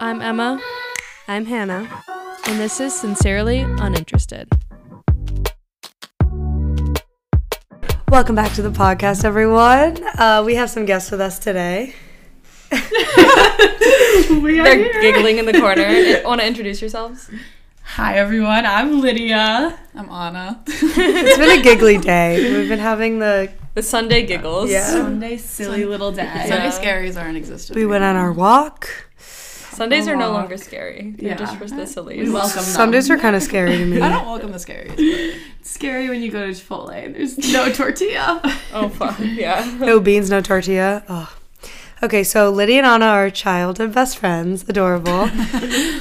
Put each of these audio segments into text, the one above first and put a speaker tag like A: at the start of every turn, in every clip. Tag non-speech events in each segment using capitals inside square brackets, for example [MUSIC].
A: I'm Emma. I'm Hannah. And this is Sincerely Uninterested.
B: Welcome back to the podcast, everyone. Uh, we have some guests with us today.
A: They're giggling in the [LAUGHS] corner. Want to introduce yourselves?
C: Hi everyone, I'm Lydia. I'm Anna.
B: It's been a giggly day. We've been having the
A: The Sunday Giggles.
B: yeah.
C: Sunday silly little day.
A: Sunday
D: Sunday scaries aren't existent.
B: We went on our walk.
A: Sundays are no longer scary. They're
C: Yeah.
A: just for the sillies.
C: We welcome them.
B: Sundays were kind of scary to me.
D: I don't welcome the scaries.
C: It's scary when you go to Chipotle and there's no tortilla.
A: oh [LAUGHS] fuck yeah.
B: No beans, no tortilla. Oh. Okay, so Lydia and Anna are childhood best friends. Adorable.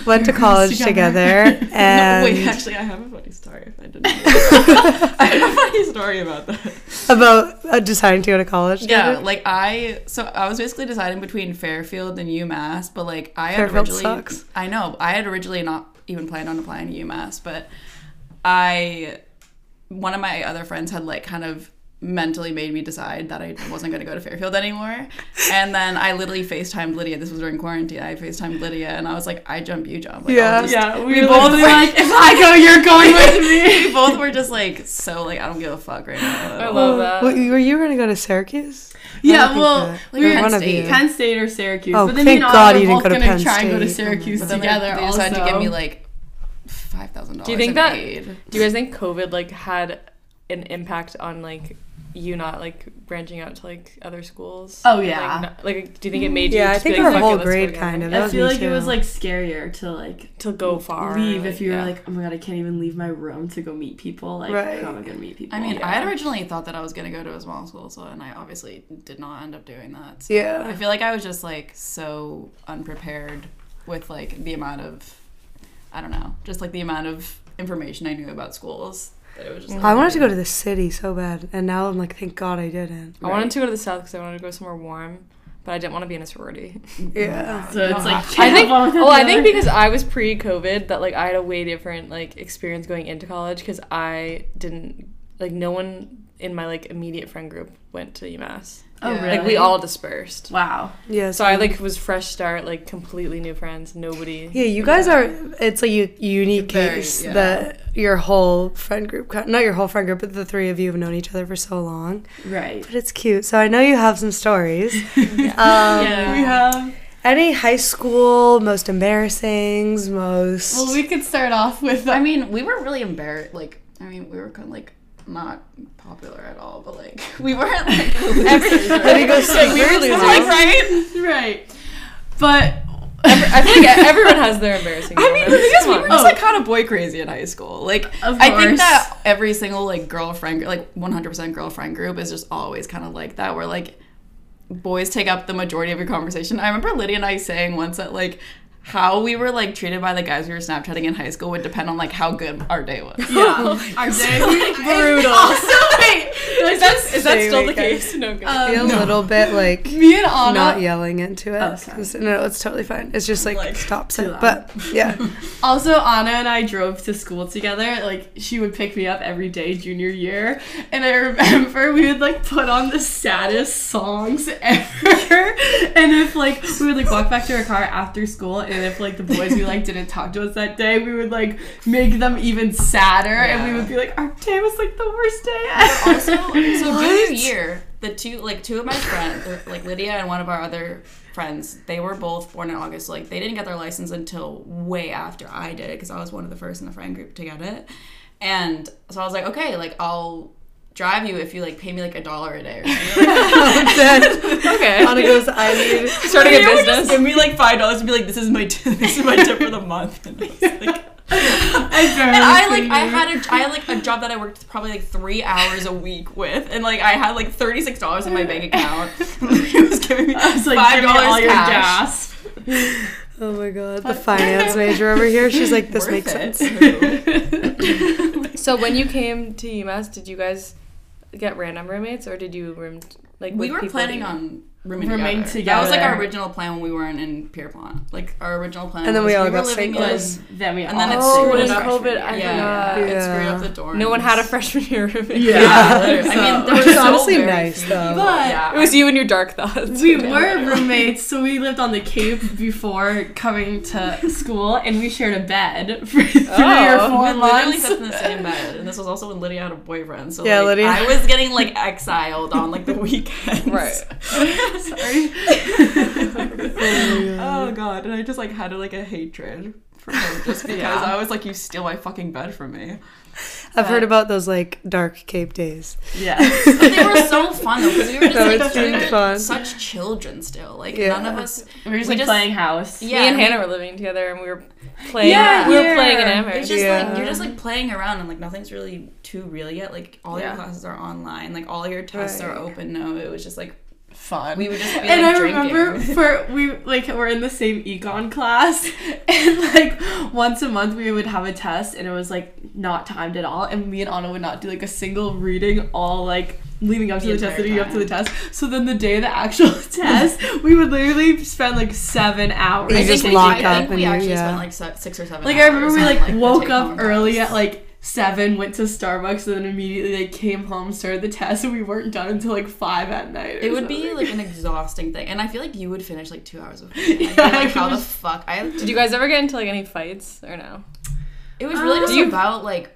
B: Went to college together,
D: [LAUGHS]
C: [LAUGHS] No,
B: and
C: wait, actually I have a funny story if I
B: [LAUGHS]
C: didn't [LAUGHS] I have a funny story about that.
B: about uh, deciding to go to college.
D: Yeah,
B: together.
D: like I so I was basically deciding between Fairfield and UMass, but like I had
B: Fairfield
D: originally
B: sucks.
D: I know I had originally not even planned on applying to UMass, but I one of my other friends had like kind of mentally made me decide that I wasn't going to go to Fairfield anymore. And then I literally FaceTimed Lydia. This was during quarantine. I FaceTimed Lydia and I was like, I jump you jump. Like, I'll
B: Yeah.
D: just-
C: Yeah,
D: we both were like,
C: if I go, you're going with me.
D: we both were just like so like I don't give a fuck right now.
A: I love that.
B: Well, you- were you going to go to Syracuse? I
C: Yeah,
B: think
C: well,
B: that-
C: we
B: or
C: were
B: one of
D: State.
B: you.
C: Penn State or Syracuse.
B: Oh,
C: but then
B: thank
C: you know,
B: God
C: we're
B: you didn't
C: both
B: go to
C: gonna
B: Penn
C: try and go to
B: State. Oh my
C: Syracuse
B: God.
D: But then they-
C: together.
D: They decided
C: also.
D: to give me like five thousand dollars.
A: Do you think
D: in
A: that-
D: aid.
A: Do you guys think COVID like had an impact on like you not like branching out to like other schools?
C: Oh, yeah.
A: Like, not- like, do you think it made you?
B: Yeah, I
A: just be
B: think
A: like,
B: our
A: "Fuck it,
B: whole
A: let's go
B: grade
A: again"?
B: kind of. That
C: I
B: was
C: feel
B: me
C: like it was
B: too.
C: like scarier to like
A: to go far.
C: leave if you were
A: yeah.
C: like, oh my god, I can't even leave my room to go meet people. Like,
B: Right.
C: how am I gonna meet people?
D: I mean,
A: Yeah.
D: I had originally thought that I was gonna go to a small school, so and I obviously did not end up doing that. So
B: Yeah.
D: I feel like I was just like so unprepared with like the amount of I don't know, just like the amount of information I knew about schools that it was just. Like,
B: I wanted to go to the city so bad, and now I'm like, thank God I didn't.
A: I wanted to go to the south because I wanted to go somewhere warm, but I didn't want to be in a sorority.
B: Yeah.
C: so it's like
A: I think.
C: one without
A: Well, I
C: the
A: think
C: other.
A: because I was pre-COVID, that like I had a way different like experience going into college because I didn't like no one in my like immediate friend group went to UMass.
C: oh
D: Yeah.
C: really?
A: Like we all dispersed.
C: wow.
B: Yeah.
A: So I like was fresh start, like completely new friends, nobody.
B: Yeah, you guys are. It's like a unique
D: Very,
B: case
D: yeah.
B: that your whole friend group, not your whole friend group, but the three of you have known each other for so long.
C: Right.
B: But it's cute. So I know you have some stories. um,
C: [LAUGHS]
A: [LAUGHS]
C: yeah.
D: [LAUGHS]
C: We have.
B: Any high school most embarrassings, most.
C: Well, we could start off with.
D: I mean, we were really embarrassed. Like, I mean, we were kind of like not popular at all, but like [LAUGHS] we weren't like
C: [LAUGHS]
D: every-
B: Let me go see.
A: we were losers.
D: like right.
C: right. But
A: I feel like everyone has their [LAUGHS] embarrassing.
D: I mean,
A: moments.
D: because we
A: Come
D: were
A: on.
D: just like kind of boy crazy in high school. Like,
C: Oh. Of
D: I think
C: course.
D: that every single like girlfriend, like 100% girlfriend group is just always kind of like that, where like boys take up the majority of your conversation. I remember Lydia and I saying once that like how we were like treated by the guys we were Snapchatting in high school would depend on like how good our day
C: [LAUGHS]
D: was.
C: yeah, our day
A: brutal.
C: Also, [LAUGHS] wait.
A: is that, is that still the
B: Wait, guys.
A: case? No. Good.
C: Um,
B: I feel a little bit like
C: [LAUGHS] Me and Anna.
B: not yelling into it.
C: Oh, sorry.
B: 'cause- no, it's totally fine. It's just like,
C: Like,
B: stops
C: too
B: it.
C: loud.
B: But
C: [LAUGHS]
B: yeah. [LAUGHS]
C: Also, Anna and I drove to school together. Like, she would pick me up every day junior year. And I remember we would, like, put on the saddest songs ever. [LAUGHS] and if, like, we would, like, walk back to our car after school, and if, like, the boys we, like, didn't talk to us that day, we would, like, make them even sadder. And we
D: Yeah.
C: would be like, our day was, like, the worst day ever.
D: also, so junior year, the two like two of my friends, like Lydia and one of our other friends, they were both born in August. Like they didn't get their license until way after I did because I was one of the first in the friend group to get it. And so I was like, okay, like I'll drive you if you like pay me like a dollar a day or something.
B: then
A: okay. [LAUGHS]
B: Anna goes, I need.
A: Starting a
D: They would just
A: business.
D: give me like five dollars and be like, this is my [LAUGHS] this is my tip for the month. [LAUGHS] And I was like, And [LAUGHS] I like
C: and
D: I had a I had like a job that I worked probably like three hours a week with, and like I had like thirty six dollars in my bank account. [LAUGHS] he was giving me
C: [LAUGHS] I was like,
D: five
C: give me all
D: dollars
C: your
D: cash.
C: gas.
B: Oh my god, the finance major over here. She's like, this
D: Worth
B: makes
D: it.
B: sense.
D: [LAUGHS]
A: So when you came to UMass, did you guys get random roommates or did you room like
D: we
A: with
D: were
A: people
D: planning
A: that you-
D: on remain,
C: Remain
D: together. That was like our
C: together.
D: original plan when we weren't in Pierpont. Like our original plan.
B: And then we
D: was
B: all
D: were
B: got
D: living
B: single.
D: in-
C: was then we
D: And
C: all
D: then it
A: Oh,
D: screwed
A: when
D: it up.
A: COVID, I
D: yeah,
A: forgot.
D: it screwed
B: Yeah.
D: up the dorms.
A: No one had a freshman year. of it.
C: Yeah.
A: [LAUGHS]
D: Yeah, [LAUGHS] literally. I mean,
B: [LAUGHS]
D: there
B: Which
D: were
B: is
D: so
B: honestly
D: very
B: nice,
D: few
B: though.
D: people.
C: But-
D: Yeah.
A: It was you and your dark thoughts.
C: [LAUGHS] We were roommates, so we lived on the Cape before coming to school, and we shared a bed [LAUGHS] for three or
A: Oh.
C: four
D: We literally
C: months.
D: slept in the same bed, and this was also when Lydia had a boyfriend. So
B: Yeah,
D: like,
B: Lydia-
D: I was getting like exiled
B: [LAUGHS]
D: on like the weekends.
A: Right.
D: [LAUGHS] Sorry. oh god, and I just like had like a hatred for him just
B: [LAUGHS]
D: because I was like, you steal my fucking bed from me.
B: I've heard about those like dark Cape days.
C: Yeah.
D: But they were so fun though, because we were just
B: No,
D: like
B: it's been
D: we were
B: fun.
D: such children still. Like
B: Yeah.
D: none of us.
C: [LAUGHS] We were just
D: We
C: like
D: just-
C: playing house.
D: Yeah.
A: Me and Hannah were living together, and we were playing.
C: Yeah,
A: we were
C: here.
A: playing an Amherst.
D: It's just
B: Yeah.
D: like you're just like playing around and like nothing's really too real yet. Like all
C: Yeah.
D: your classes are online, like all your tests are
B: Right.
D: open. No, it was just like
C: Fun.
D: we would just be like
C: and I
D: drinking.
C: remember for we like we're in the same econ class, [LAUGHS] and like once a month we would have a test, and it was like not timed at all, and me and Anna would not do like a single reading all like leading up to
D: The
C: the, test,
D: entire
C: leading up to the
D: time.
C: test. So then the day of the actual [LAUGHS] test, we would literally spend like seven hours.
B: You
D: I
B: just
D: think
B: lock
D: we,
B: up
D: I think
B: and
D: we
B: you-
D: actually
B: yeah.
D: spent like se- six or seven.
C: Like I remember
D: hours
C: we
D: on,
C: like,
D: the
C: woke
D: take
C: up
D: home
C: early
D: test.
C: at like seven, went to Starbucks, and then immediately like came home, started the test, and we weren't done until like five at night. or
D: It [LAUGHS] would be
C: something.
D: like an exhausting thing, and I feel like you would finish like two hours before.
C: Yeah,
D: [LAUGHS] Yeah,
C: I
D: like
C: would
D: how the
C: just-
D: fuck I
A: Did you guys ever get into like any fights or no?
D: It was really
C: Uh,
D: just
C: Do you-
D: about like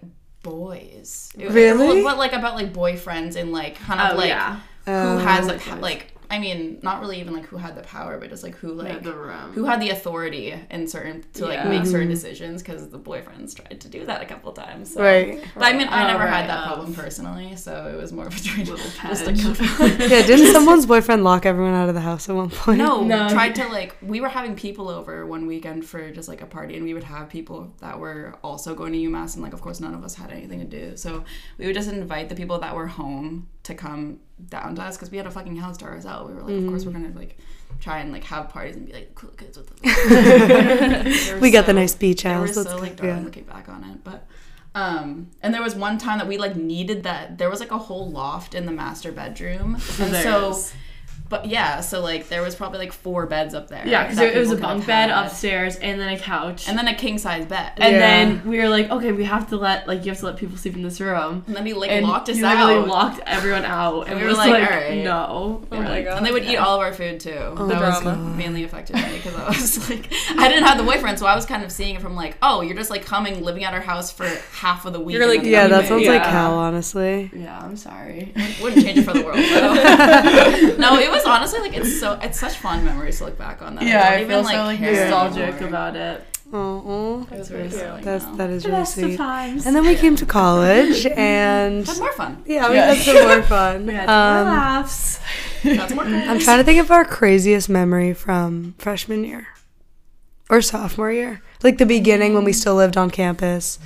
D: boys. It was-
B: Really?
D: But like about like boyfriends and like kind of
C: oh
D: like
C: yeah,
D: who
B: Oh.
D: [LAUGHS] has like ha- like I mean not really even like who had the power, but just like who like.
C: the room.
D: who had the authority in certain to like
C: Yeah. Mm-hmm.
D: make certain decisions because the boyfriends tried to do that a couple times. So.
B: Right.
D: But I mean, I
C: Oh,
D: never
C: right,
D: had that
C: um,
D: problem personally, so it was more of a joint- [LAUGHS]
C: Little
D: just
C: patch.
D: a
B: Yeah, didn't someone's boyfriend lock everyone out of the house at one point?
D: [LAUGHS] No,
C: No.
D: tried to like we were having people over one weekend for just like a party, and we would have people that were also going to UMass, and like of course none of us had anything to do, so we would just invite the people that were home to come down to us because we had a fucking house to ourselves. We were like, of course we're
B: Mm.
D: gonna like try and like have parties and be like cool
B: [LAUGHS]
D: kids with the.
B: [LAUGHS] We got the nice beach
D: They were
B: house.
D: so
B: That's
D: like
B: good.
D: darling
B: Yeah.
D: looking back on it, but. Um, and there was one time that we like needed that there was like a whole loft in the master bedroom, and
C: There
D: so
C: is.
D: but yeah, so like there was probably like four beds up there.
C: Yeah, because
D: that
C: it was
D: people
C: a
D: could
C: bunk
D: have
C: bed
D: had.
C: upstairs and then a couch. And,
D: and then a king size bed.
B: Yeah.
C: then we were like, okay, we have to let like you have to let people sleep in this room.
D: And then he like
C: and
D: locked us
C: you literally
D: out.
C: locked everyone out, [LAUGHS] and, we were like,
D: "Alright."
C: no.
A: Oh my god.
D: and they would eat all of our food too.
C: Oh,
D: that
A: the
D: was
A: drama.
D: mainly affected me because I was [LAUGHS] like, I didn't have the boyfriend, so I was kind of seeing it from like, oh, you're just like coming, living at our house for half of the week.
A: You're,
D: and
A: like,
D: then
B: Yeah, that
D: leaving.
B: sounds like
C: Yeah.
B: hell, honestly.
C: Yeah, I'm [LAUGHS] sorry.
D: Wouldn't change it for the
A: [LAUGHS]
D: world. though. no, it was honestly like it's so it's such fond memories to look back on that.
C: Yeah,
D: don't
C: I feel so
D: care
C: like
D: anymore.
C: nostalgic about it.
B: Oh,
D: It's very
A: That's
D: silly
B: that's
D: now.
B: that is
C: The
B: really
C: best of
B: sweet.
C: times.
B: And then we came to college, and
D: That's more
A: [LAUGHS]
D: fun.
B: yeah, we
C: [LAUGHS] Yeah.
B: had some more fun.
C: we had
B: Um,
C: more laughs.
D: That's more fun.
B: I'm trying to think of our craziest memory from freshman year or sophomore year, like the beginning when we still lived on campus.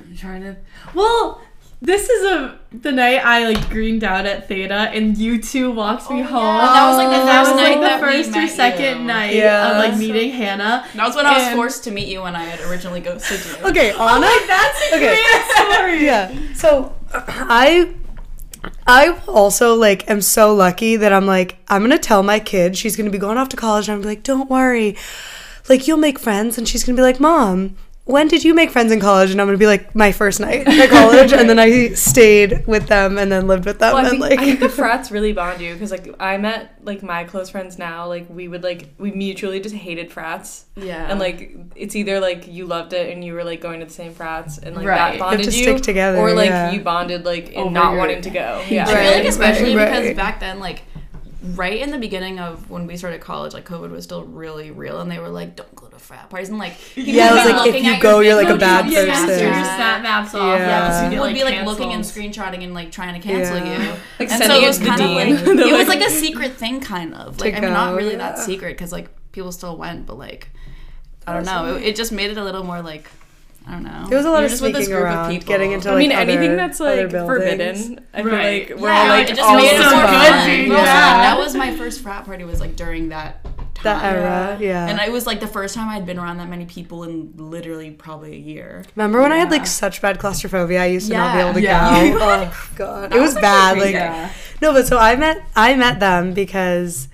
C: I'm trying to. Well, this is a the night I like greened out at Theta, and you two walked me
D: Oh,
C: home.
D: yeah. That was, like, the
C: Oh, that
D: first
C: was,
D: night
C: like
D: that
C: the
D: we
C: first or
D: met
C: second
D: you.
C: night
B: Yeah.
C: of like meeting Hannah.
D: That was when I was
C: And-
D: forced to meet you when I had originally ghosted you.
B: Okay, Anna.
C: That's a
B: Okay.
C: great
B: [LAUGHS]
C: story.
B: yeah. So I I also like am so lucky that I'm like I'm going to tell my kid she's going to be going off to college and I'm gonna be like don't worry. Like you'll make friends and she's going to be like mom when did you make friends in college? And I'm gonna be like my first
A: [LAUGHS]
B: night at college, and then I stayed with them, and then lived with them,
A: Well, I think,
B: and like [LAUGHS]
A: I think the frats really bond you because like I met like my close friends now like we would like we mutually just hated frats
D: Yeah.
A: and like it's either like you loved it and you were like going to the same frats and like
C: Right.
A: that
C: You have
A: bonded
B: to
A: you,
B: stick together,
A: or like
B: yeah.
A: you bonded like in
C: Over
A: not
C: your-
A: wanting to [LAUGHS] go
D: I
A: yeah
D: feel like
B: Right,
D: especially
B: right,
D: because
B: right.
D: back then, like right in the beginning of when we started college, like COVID was still really real, and they were like, "Don't go to frat parties," and like people
B: Yeah,
D: would
B: I was
D: be
B: like, if
D: looking
B: you
D: at
B: go,
D: your
B: you're, like, a
D: videos
B: bad
D: on
C: Yeah,
B: person.
C: yeah,
D: Snapchat.
C: so
B: Yeah.
C: your snap maps off.
B: Yeah.
D: Yeah, because
B: Yeah.
D: people would be like
C: canceled.
D: looking and screenshotting and like trying to cancel
B: Yeah.
D: you.
A: Like,
D: and
A: sending
D: so
A: it
D: it was
A: to the
D: kind of like
A: dean.
B: [LAUGHS]
D: it
A: They're
D: was
A: like-
D: like a secret thing, kind of like
B: To
D: I mean, not
B: go,
D: really that
B: yeah.
D: secret because like people still went, but like I don't know, it, it just made it a little more like I don't know.
B: There was a lot
D: You're
B: of
D: just with this
B: sneaking
D: group of
B: around,
D: people.
B: getting into,
A: I mean
B: like,
A: anything
B: other-
A: that's
B: other
A: like
B: buildings.
A: forbidden I
C: Right.
A: feel like we're all
D: like,
A: like
D: it just
A: all
D: made it
A: so
D: more
A: fun.
D: fun.
C: good.
D: But also,
C: Yeah.
D: like, that was my first frat party was like during that
B: That
D: time.
B: era, yeah.
D: And it was like the first time I'd been around that many people in literally probably a year.
B: Remember when I had like
D: Yeah.
B: such bad claustrophobia? I used to not be
D: Yeah.
B: able to
C: Yeah.
B: go. Oh god, it was
D: like,
B: bad.
D: crazy.
B: Like
C: Yeah.
B: no, but so I met I met them because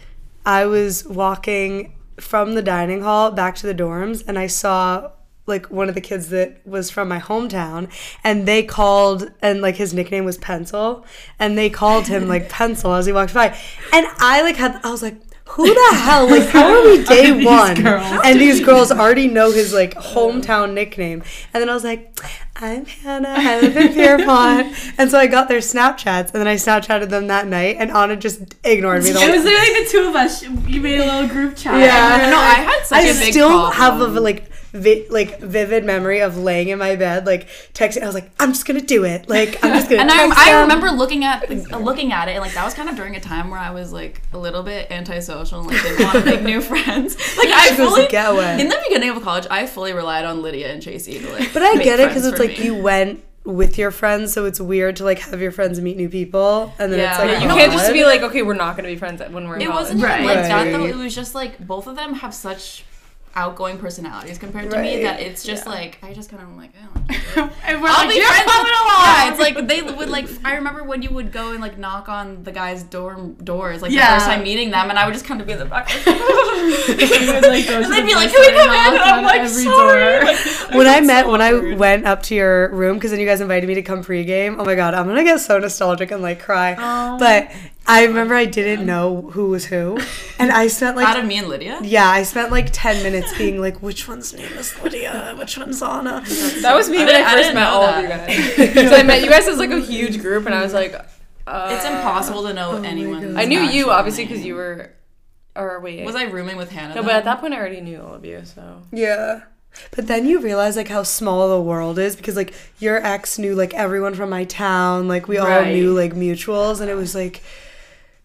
B: I was walking from the dining hall back to the dorms, and I saw like one of the kids that was from my hometown, and they called, and like his nickname was Pencil, and they called him like Pencil as he walked by, and I like had I was like. Who the hell? Like, how are
C: [LAUGHS]
B: we day
C: these
B: one?
C: girls?
B: And these girls already know his like hometown nickname. And then I was like, I'm Hannah. I live in
C: [LAUGHS]
B: Pierpont. and so I got their Snapchats, and then I Snapchatted them that night. And Anna just ignored me. The
C: It
B: whole-
C: was literally the two of us. You made a little group chat.
B: Yeah.
D: No, I had such
B: I
D: a big
B: still have a
D: problem.
B: like vi- like vivid memory of laying in my bed, like texting. I was like, I'm just gonna do it. Like I'm just gonna.
D: And I,
B: text
D: I
B: them.
D: remember looking at uh, looking at it, and like that was kind of during a time where I was like a little bit antisocial and like didn't want to make new [LAUGHS] friends. Like I
B: It was a
D: fully
B: getaway.
D: in the beginning of college, I fully relied on Lydia and Tracy to like.
B: But I
D: make
B: get it because
D: friends
B: it's
D: for
B: like
D: me.
B: you went with your friends, so it's weird to like have your friends meet new people, and then it's
D: Yeah.
B: like
A: Yeah, you
D: Oh,
A: can't just
B: odd.
A: be like, okay, we're not gonna be friends when we're in
D: It
A: college.
D: wasn't
C: Right.
D: even like that though.
B: Right.
D: It was just like both of them have such outgoing personalities compared to
B: Right.
D: me that it's just like I just kind of like. I don't know.
C: And we're
D: I'll
C: like,
D: be
C: you're
D: friends with
C: coming along.
D: Yeah, it's like they would like. I remember when you would go and like knock on the guy's dorm doors, like
C: Yeah.
D: the first time meeting them, and I would just kind of be in the back.
C: [LAUGHS]
D: [LAUGHS] Like,
C: We would, like, go to
D: And
C: the
D: they'd be like,
C: bus
D: "Can we
C: and
D: come in?"
C: knock
D: And I'm
C: on
D: like,
C: every
D: "Sorry."
C: door. [LAUGHS]
D: "Oh,
B: when I met when I went up to your room because then you guys invited me to come pregame. Oh my god, I'm gonna get so nostalgic and like cry. but I remember I didn't know who was
D: [LAUGHS]
B: who, and I spent like
D: Out of me and Lydia.
B: yeah, I spent like ten minutes being like, which one's name is Lydia, which one's Anna.
A: That was me
D: I
A: when
D: didn't-
A: I
D: I
A: first
D: didn't
A: met
D: know
A: all
D: that.
A: of you guys. so I met you guys as like a huge group, and I was like, uh,
D: It's impossible to
C: Oh
D: know anyone.
A: I knew you obviously because you were, or wait,
D: Was I rooming with Hannah?
A: no, but at that point I already knew all of you. So
B: Yeah. But then you realize like how small the world is because like your ex knew like everyone from my town, like we all
C: Right.
B: knew like mutuals, and it was like,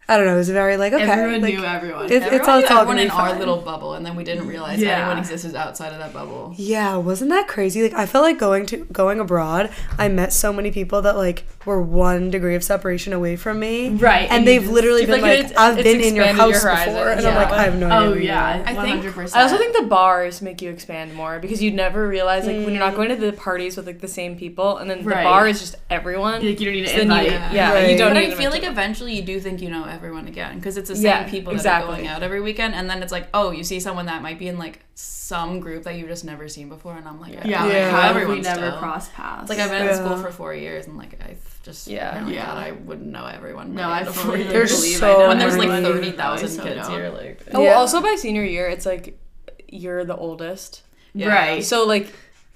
B: I don't know, it was very like okay,
C: Everyone
B: like,
C: knew everyone.
B: it-
D: Everyone,
B: it's all it's all
D: everyone
B: gonna
D: in
B: be
D: our
B: fine.
D: little bubble, and then we didn't realize
C: Yeah.
D: anyone existed outside of that bubble.
B: Yeah, wasn't that crazy? Like I felt like going to going abroad, I met so many people that like were one degree of separation away from me.
C: Right,
B: And,
C: and
B: they've
C: you-
B: literally
A: it's
B: been
A: like
B: like,
A: it's-
B: I've
A: it's
B: been in your
A: expanded your
B: house
A: horizons,
B: before and I'm
A: yeah.
B: like, I have no idea.
C: oh
B: who you are.
C: yeah,
D: I
C: one
D: think-
C: hundred percent.
A: I also think the bars make you expand more because you never realize like when you're not going to the parties with like the same people, and then
C: Right.
A: the bar is just everyone.
C: like you don't need
A: So
C: to
A: then you-
C: invite.
A: yeah,
B: Right.
A: you don't
D: But
A: need.
D: I
A: an
D: feel
A: invite.
D: like eventually you do think you know everyone again because it's the same
A: Yeah,
D: people
A: exactly.
D: that are going out every weekend, and then it's like, oh, you see someone that might be in like some group that you've just never seen before, and I'm like, yeah,
C: Yeah,
D: I
B: Yeah.
D: know
C: how have
D: everyone
C: we never
D: still.
C: crossed paths?
D: It's like I've been in school
B: Yeah.
D: for four years, and like I just
A: Yeah.
D: yeah,
C: Yeah.
D: yeah, I wouldn't know everyone.
C: No,
D: by
C: I
D: the end of
C: fully
D: four years.
B: There's
C: believe
B: so
C: I know
D: when there's like
B: many-
C: everyone.
D: thirty thousand
C: I so
D: kids
C: don't.
D: here, like
A: Oh,
B: Yeah.
A: also by senior year, it's like you're the oldest.
D: yeah.
C: Right.
A: So like,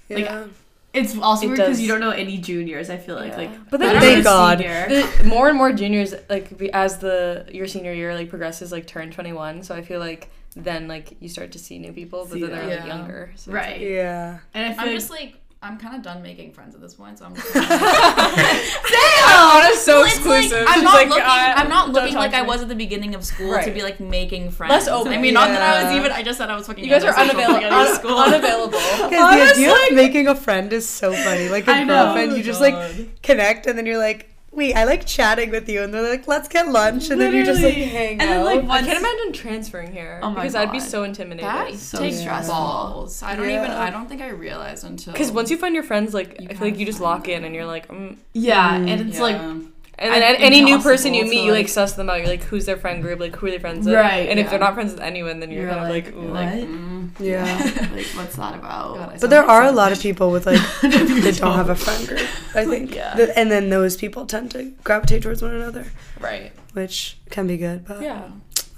B: Yeah.
C: Like, It's
A: It
C: also weird because
A: does-
C: you don't know any juniors. I feel like
A: Yeah.
C: like,
A: But
C: I
A: then
C: don't
B: thank
C: know a
B: God.
C: senior.
A: [LAUGHS] the, more and more juniors like be- as the your senior year like progresses like turn 21 so i feel like then like you start to see new people but
C: See
A: then
C: them.
A: they're like [LAUGHS]
D: Yeah.
A: younger so it's
C: right?
B: yeah.
C: And I feel
D: I'm
C: like
D: just like I'm kind of done making friends at this point, so I'm. Just kinda-
A: like, Anna's so
D: Well, it's like,
A: exclusive
D: I'm
A: She's [LAUGHS]
D: not
A: like,
D: looking.
A: I-
D: I'm not
A: don't
D: looking
A: talk
D: like
A: to
D: I
A: me.
D: was at the beginning of school to
A: Right.
D: be like making friends.
A: Less open.
D: I mean, not that I was
B: Yeah.
D: even. I just said I was fucking.
A: you guys are
D: antisocial
A: unavailable
D: coming out of school. [LAUGHS]
A: unavailable
B: Guys, the idea of making a friend is so funny. Like
C: I
B: a
C: know.
B: girlfriend, you just
C: Oh
B: like connect and then you're like, wait, I like chatting with you, and they're like, let's get lunch, and then you just like
C: Literally.
B: hang
C: And then,
B: out.
C: like,
A: i
C: once-
A: can't imagine transferring here
C: Oh my
A: because i'd be
C: God.
A: so intimidated
D: That
C: so
D: takes
B: stressful.
D: balls. I don't even.
B: Yeah.
D: I don't think I realized until
A: because once you find your friends like
D: You
A: i feel like
D: have
A: you just
D: fun.
A: lock in and you're like mm.
C: yeah, and it's
D: Yeah.
C: like
A: and then
D: I-
A: a- any new person
D: impossible
A: you
D: to,
A: meet you like
D: like-
A: suss them out you're like who's their friend group like who are they friends with
C: Right,
A: and if
D: yeah.
A: they're not friends with anyone then you're,
C: you're
A: kind
C: like,
A: of like ooh, like
C: what?
D: mm,
B: yeah.
C: Like what's that about?
D: God, I
B: But there
D: sound
B: are a
D: so
B: lot of people with
D: [LAUGHS]
B: like that don't have a friend group. I think,
A: yeah.
B: Th- and then those people tend to gravitate towards one another,
A: right
B: which can be good. But
A: yeah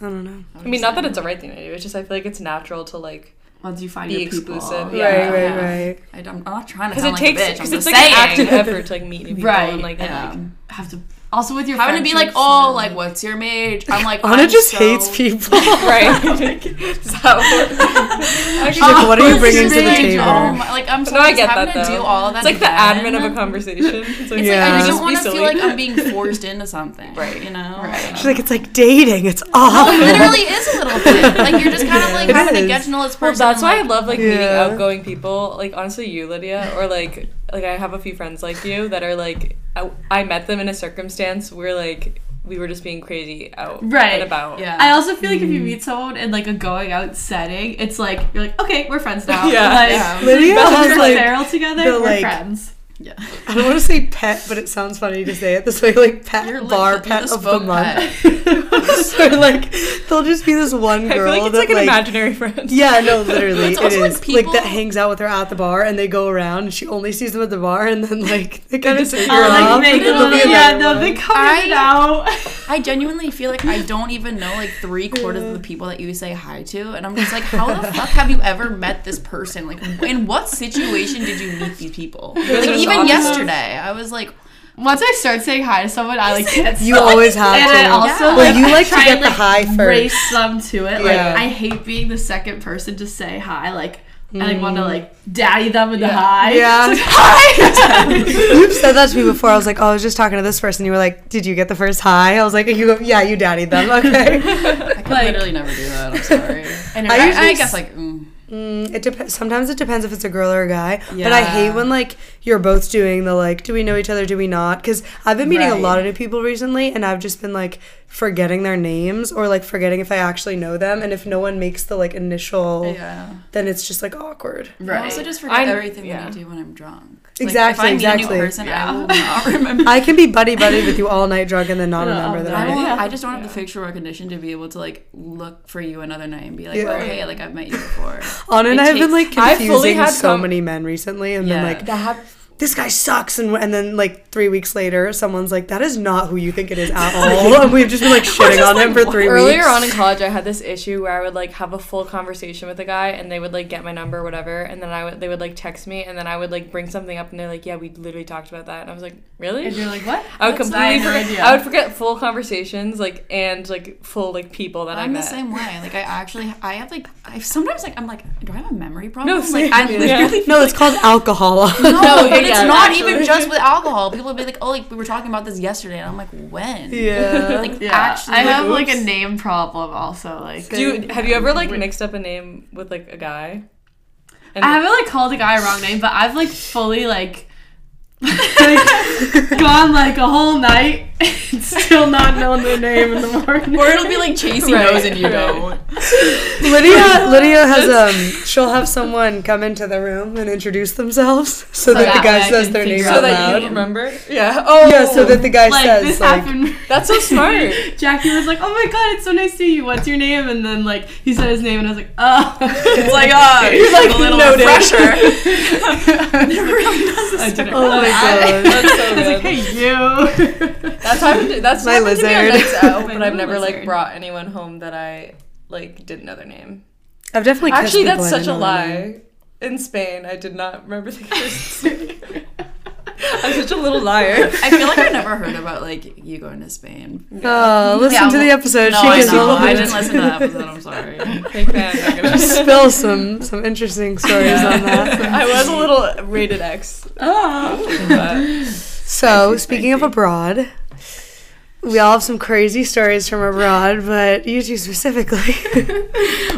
B: I don't know.
A: I mean, not that it's a right thing to do. It's just I feel like it's natural to like
C: Once you find
A: Be
C: your people,
A: exclusive,
C: yeah.
B: Right, right,
D: Yeah.
B: right.
D: I don't, I'm not trying to
A: because
D: sound
A: it takes
D: like a bitch. I'm
A: because it's
D: just
A: like an
D: saying. [LAUGHS]
A: active effort to like meet new people
C: Right,
A: and like
D: Yeah. [LAUGHS]
C: Have to also with your
D: Having to be like,
C: friendships
D: oh,
C: and-
D: like, what's your age? I'm like,
B: Anna
D: I'm
B: just
D: so-
B: hates
D: [LAUGHS]
A: [LAUGHS]
B: people.
A: [LAUGHS] right. Is that what-
B: She's like, what are you bringing to the
D: Like,
B: table?
D: Oh my, like, I'm so
A: No, I get
D: having
A: that
D: to
A: though.
D: do all that.
A: It's like the
D: again.
A: admin of a conversation. It's like,
D: It's
B: Yeah.
D: like I
A: just
D: don't
A: be
D: want to
A: silly.
D: feel like I'm being forced into something.
A: Right.
D: You know.
C: Right.
B: She's like, it's like dating. It's awful.
D: It literally is a little bit. Like you're just kind of like
B: It
D: having
B: is.
D: to get to know this
A: Well,
D: person.
A: that's why I
D: and,
A: love like meeting
B: Yeah.
A: outgoing people. Like honestly, you Lydia, or like like I have a few friends like you that are like I, I met them in a circumstance where like we were just being crazy out
C: Right.
A: and about.
D: Yeah.
C: I also feel like if you meet someone in like a going out setting, it's like you're like, okay, we're friends now.
A: Yeah.
C: Like, [LAUGHS]
D: Yeah.
B: Lydia
C: We're
B: has
C: in a
B: like
C: barrel together.
B: the,
C: we're
B: like-
C: friends.
B: [LAUGHS] I don't want to say pet, but it sounds funny to say it this way, like pet
D: You're like
B: bar
D: the- you're
B: pet
D: the
B: of the
D: spoke
B: month. [LAUGHS] so like there'll just be this one
A: I feel
B: girl
A: like it's
B: that
A: like an
B: like
A: imaginary friend.
B: yeah, no, literally,
D: It's
B: it
D: also, like,
B: is. Like,
D: people-
B: that hangs out with her at the bar, and they go around, and she only sees them at the bar, and then like they kind of
A: just-
B: figure
A: I'll,
C: like,
B: off,
C: make
B: and then
C: little-
B: there'll be
C: yeah,
B: another
C: no,
B: one.
C: they come in
D: I-
C: and out. [LAUGHS]
D: I genuinely feel like I don't even know like three quarters of the people that you say hi to, and I'm just like, how the fuck have you ever met this person? Like, in what situation did you meet these people? Like,
A: are the
D: even
A: opposite.
D: yesterday, I was like,
C: Once I start saying hi to someone, I like can't
B: You
C: stop.
B: always have
C: and
B: to.
C: I also
D: Yeah.
C: like,
B: Well, you like to
C: try
B: get
C: and,
B: the
C: like,
B: high first.
C: Race them to it. Like
B: Yeah.
C: I hate being the second person to say hi. Like I like want to like daddy them in the high.
B: Mm. Yeah.
C: [LAUGHS] It's like,
B: [LAUGHS]
C: hi.
B: you said that to me before. I was like, oh, I was just talking to this person. You were like, did you get the first high? I was like, you go, yeah, you daddied them. [LAUGHS] Okay.
D: I could literally never do that. I'm sorry.
C: And
B: I
D: [LAUGHS] I,
B: usually
D: I
B: s-
D: guess like, mm.
B: Mm, it depends. Sometimes it depends if it's a girl or a guy. But I hate
D: Yeah.
B: when like you're both doing the like, do we know each other? Do we not? Because I've been meeting a
D: Right.
B: lot of new people recently, and I've just been like forgetting their names or like forgetting if I actually know them. And if no one makes the like initial,
D: yeah.
B: then it's just like awkward.
D: I also just forget
A: I-
D: everything
A: yeah.
D: that I do when I'm drunk.
B: Exactly,
D: Like, if I meet
B: exactly.
D: a new person, I will not [LAUGHS] remember.
B: I can be buddy buddy with you all night drunk and then not
C: Yeah,
B: remember that.
D: I,
B: I-
D: won't,
C: Yeah.
D: I just don't have the facial recognition to be able to like look for you another night and be like,
B: Yeah.
D: oh hey, like I've met you [LAUGHS] before.
B: Anna and
D: It
B: I have been like
D: takes-
A: I fully
B: confusing
A: had
B: so
A: com-
B: many men recently, and
D: Yeah.
B: then like this guy sucks and, and then like three weeks later someone's like that is not who you think it is at all and we've just been like shitting on him for [LAUGHS] three
A: Earlier
B: weeks
A: on in college, I had this issue where I would like have a full conversation with a guy, and they would like get my number, or whatever, and then I would they would like text me, and then I would like bring something up, and they're like, "Yeah, we literally talked about that," and I was like, "Really?"
C: And you're like, what?
B: Uh,
A: I would
C: That's-
A: completely
C: I had no
A: forget.
C: idea.
A: I would forget full conversations, like and like full like people that I
D: I'm
A: met.
D: the same way. Like I actually, I have like, I sometimes like I'm like, do I have a memory problem?
A: No,
D: like I
A: same.
D: literally
A: Yeah.
B: [LAUGHS] no it's called alcohol
D: no,
B: [LAUGHS]
A: No,
D: but
A: yeah,
D: it's not
A: actually.
D: [LAUGHS] even just with alcohol. People would be like, oh, like we were talking about this yesterday, and I'm like, when?
B: yeah
D: Like
C: Yeah.
D: actually,
C: I
D: like,
C: have like a
A: oops.
C: name problem also. Like
A: Do you, have you ever like mixed up a name with like a guy? And
C: I haven't like called a guy a wrong name, but I've like fully [LAUGHS] like,
B: [LAUGHS]
C: like, gone like a whole night and still not known their name in the morning.
D: or it'll be like Chasey
A: Right,
D: knows and you
A: right.
D: don't.
B: lydia lydia has um she'll have someone come into the room and introduce themselves [LAUGHS] so, that,
C: that
B: the guy
C: way I
B: says
C: can
B: their name
A: [LAUGHS]
C: figure
A: so
B: out
A: that
B: loud
A: you remember? Yeah. Oh.
B: yeah so that the guy
C: [LAUGHS] like
B: says
C: this
B: like
C: happened.
A: That's so [LAUGHS] smart.
C: Jackie was like, "Oh my god, it's so nice to meet you. What's your name?" And then like he said his name, and I was like, "Oh, [LAUGHS]
D: It's like,
B: [LAUGHS]
D: uh,
B: You're like,
D: a little
B: noted. [LAUGHS]
D: fresher.
C: I didn't
B: oh my
C: realize."
B: god
A: That's so
C: I was like,
A: good.
C: "Hey you."
A: That's happened. To, that's
B: My
A: happened to me on [LAUGHS]
B: lizard.
A: nights out,
C: My
A: but I've
C: little
A: never like
C: lizard.
A: brought anyone home that I like didn't know their name.
B: i've definitely kissed
A: Actually,
B: people
A: that's
B: I
A: such a
B: didn't know their name.
A: lie. In Spain, I did not remember [LAUGHS] the person's name. I'm such a little [LAUGHS] liar.
D: I feel like I never heard about like you going to Spain.
B: oh listen
D: Yeah,
B: to the
D: well-
B: episode
D: no,
B: she
D: I,
B: can
D: know.
B: all of
D: I
B: it.
D: didn't
B: [LAUGHS]
D: listen to that episode. I'm
C: [LAUGHS]
D: sorry.
A: Big fan. I'm gonna-
B: spill some some interesting stories on
D: [LAUGHS]
B: that.
A: [LAUGHS] I was a little rated X. Oh.
B: So speaking of abroad, we all have some crazy stories from abroad, but you two specifically. [LAUGHS]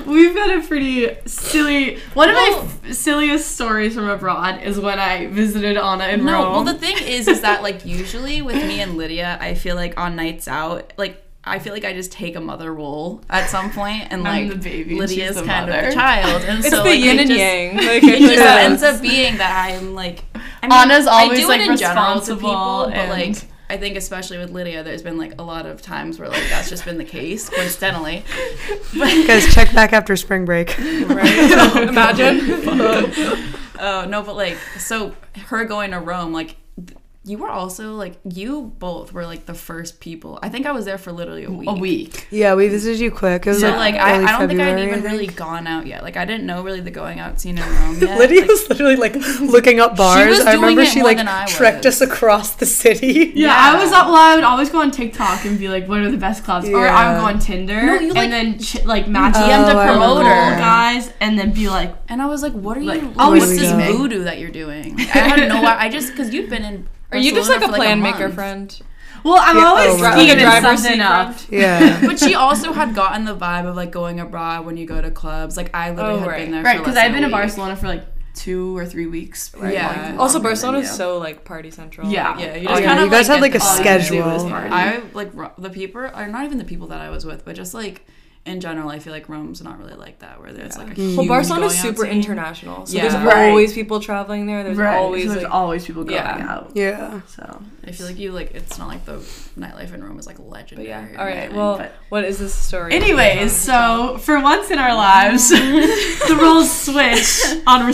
C: We've got a pretty silly. One of my f- silliest stories from abroad is when I visited Anna in
D: No,
C: Rome.
D: well, the thing is, is that like usually with me and Lydia, I feel like on nights out, like I feel like I just take a mother role at some point, and
C: I'm
D: like
C: the baby and
D: Lydia's
C: she's the
D: kind of
C: mother.
D: the child, and
A: It's
D: so
A: the
D: like,
A: yin
D: it
A: and
D: just-
A: yang. [LAUGHS] Like,
D: It just
B: Yeah.
D: ends up being that I'm like I mean,
C: Anna's
D: I
C: always,
D: do
C: like,
D: it in general to
C: responsible
D: people, but
C: and-
D: like I think especially with Lydia, there's been like a lot of times where like that's just been the case coincidentally.
B: Guys, check back after spring break.
A: Right? Imagine.
D: Oh no, but like so her going to Rome, like th- you were also like you both were like the first people. I think I was there for literally a week.
C: a week.
B: Yeah, we visited you quick. It was
D: So
B: like,
D: like I,
B: early
D: I don't think I'd
B: February,
D: even
B: think.
D: really gone out yet. Like I didn't know really the going out scene in Rome yet.
B: Lydia
D: Like,
B: was literally like looking up bars.
D: was
B: I remember
D: doing it
B: she
D: more
B: like
D: than I
B: trekked
D: was.
B: us across the city.
C: Yeah, I was up. Well, I would always go on TikTok and be like, "What are the best clubs?" Or I would
B: Yeah.
C: go on Tinder
D: No, you, like,
C: and then ch- like match
B: Oh,
C: them
D: DM'd
C: to
D: a
B: I
C: local
D: promoter.
B: remember.
C: guys, and then be like,
D: and I was like, "What are you?
C: Like,
D: oh,
B: what
D: what's
B: are we
D: this
B: doing?
D: voodoo that you're doing?" Like, I had no. I just because you've been in.
A: [LAUGHS] Are you just like a
D: Barcelona for,
A: plan maker
D: month.
A: friend?
C: "Well, I'm
B: Yeah,
C: always
B: oh, right.
C: scheming
A: Like a driver's
C: something
A: seat
C: up."
B: [LAUGHS] Yeah.
D: [LAUGHS] But she also had gotten the vibe of like going abroad when you go to clubs. Like I literally
A: Oh,
D: had
A: right.
D: been there.
C: Right,
D: for
C: because
D: less
C: I've
D: than
C: been
D: a
C: in
D: week.
C: Barcelona for like two or three weeks. Right?
A: Yeah.
C: Like,
A: also,
C: longer
A: Barcelona
C: than
A: is
C: you.
A: so like party central.
C: Yeah.
A: Like, yeah. You
D: Oh,
A: just
D: yeah.
A: kind
D: You
A: of
D: guys
A: like,
B: have, like,
A: get
B: a
A: the vibe.
B: schedule.
D: I like ru- the people are not even the people that I was with, but just like in general, I feel like Rome's not really like that, where there's like a huge
A: Well, Barcelona is
D: going out
A: super
D: scene.
A: international, so
D: Yeah.
A: there's
C: Right.
A: always people traveling there. There's
C: Right.
A: always
C: so
A: like,
C: there's always people going
A: Yeah.
C: out.
B: Yeah.
C: So
D: I feel like you like it's not like the nightlife in Rome is like
A: But
D: legendary.
A: yeah.
D: or
A: All right.
D: anything,
A: Well,
C: but-
A: what is this story?
C: [LAUGHS]
A: Um,
C: Anyways,
A: [LAUGHS]
C: so for once in our
D: [LAUGHS]
C: lives, the roles switch on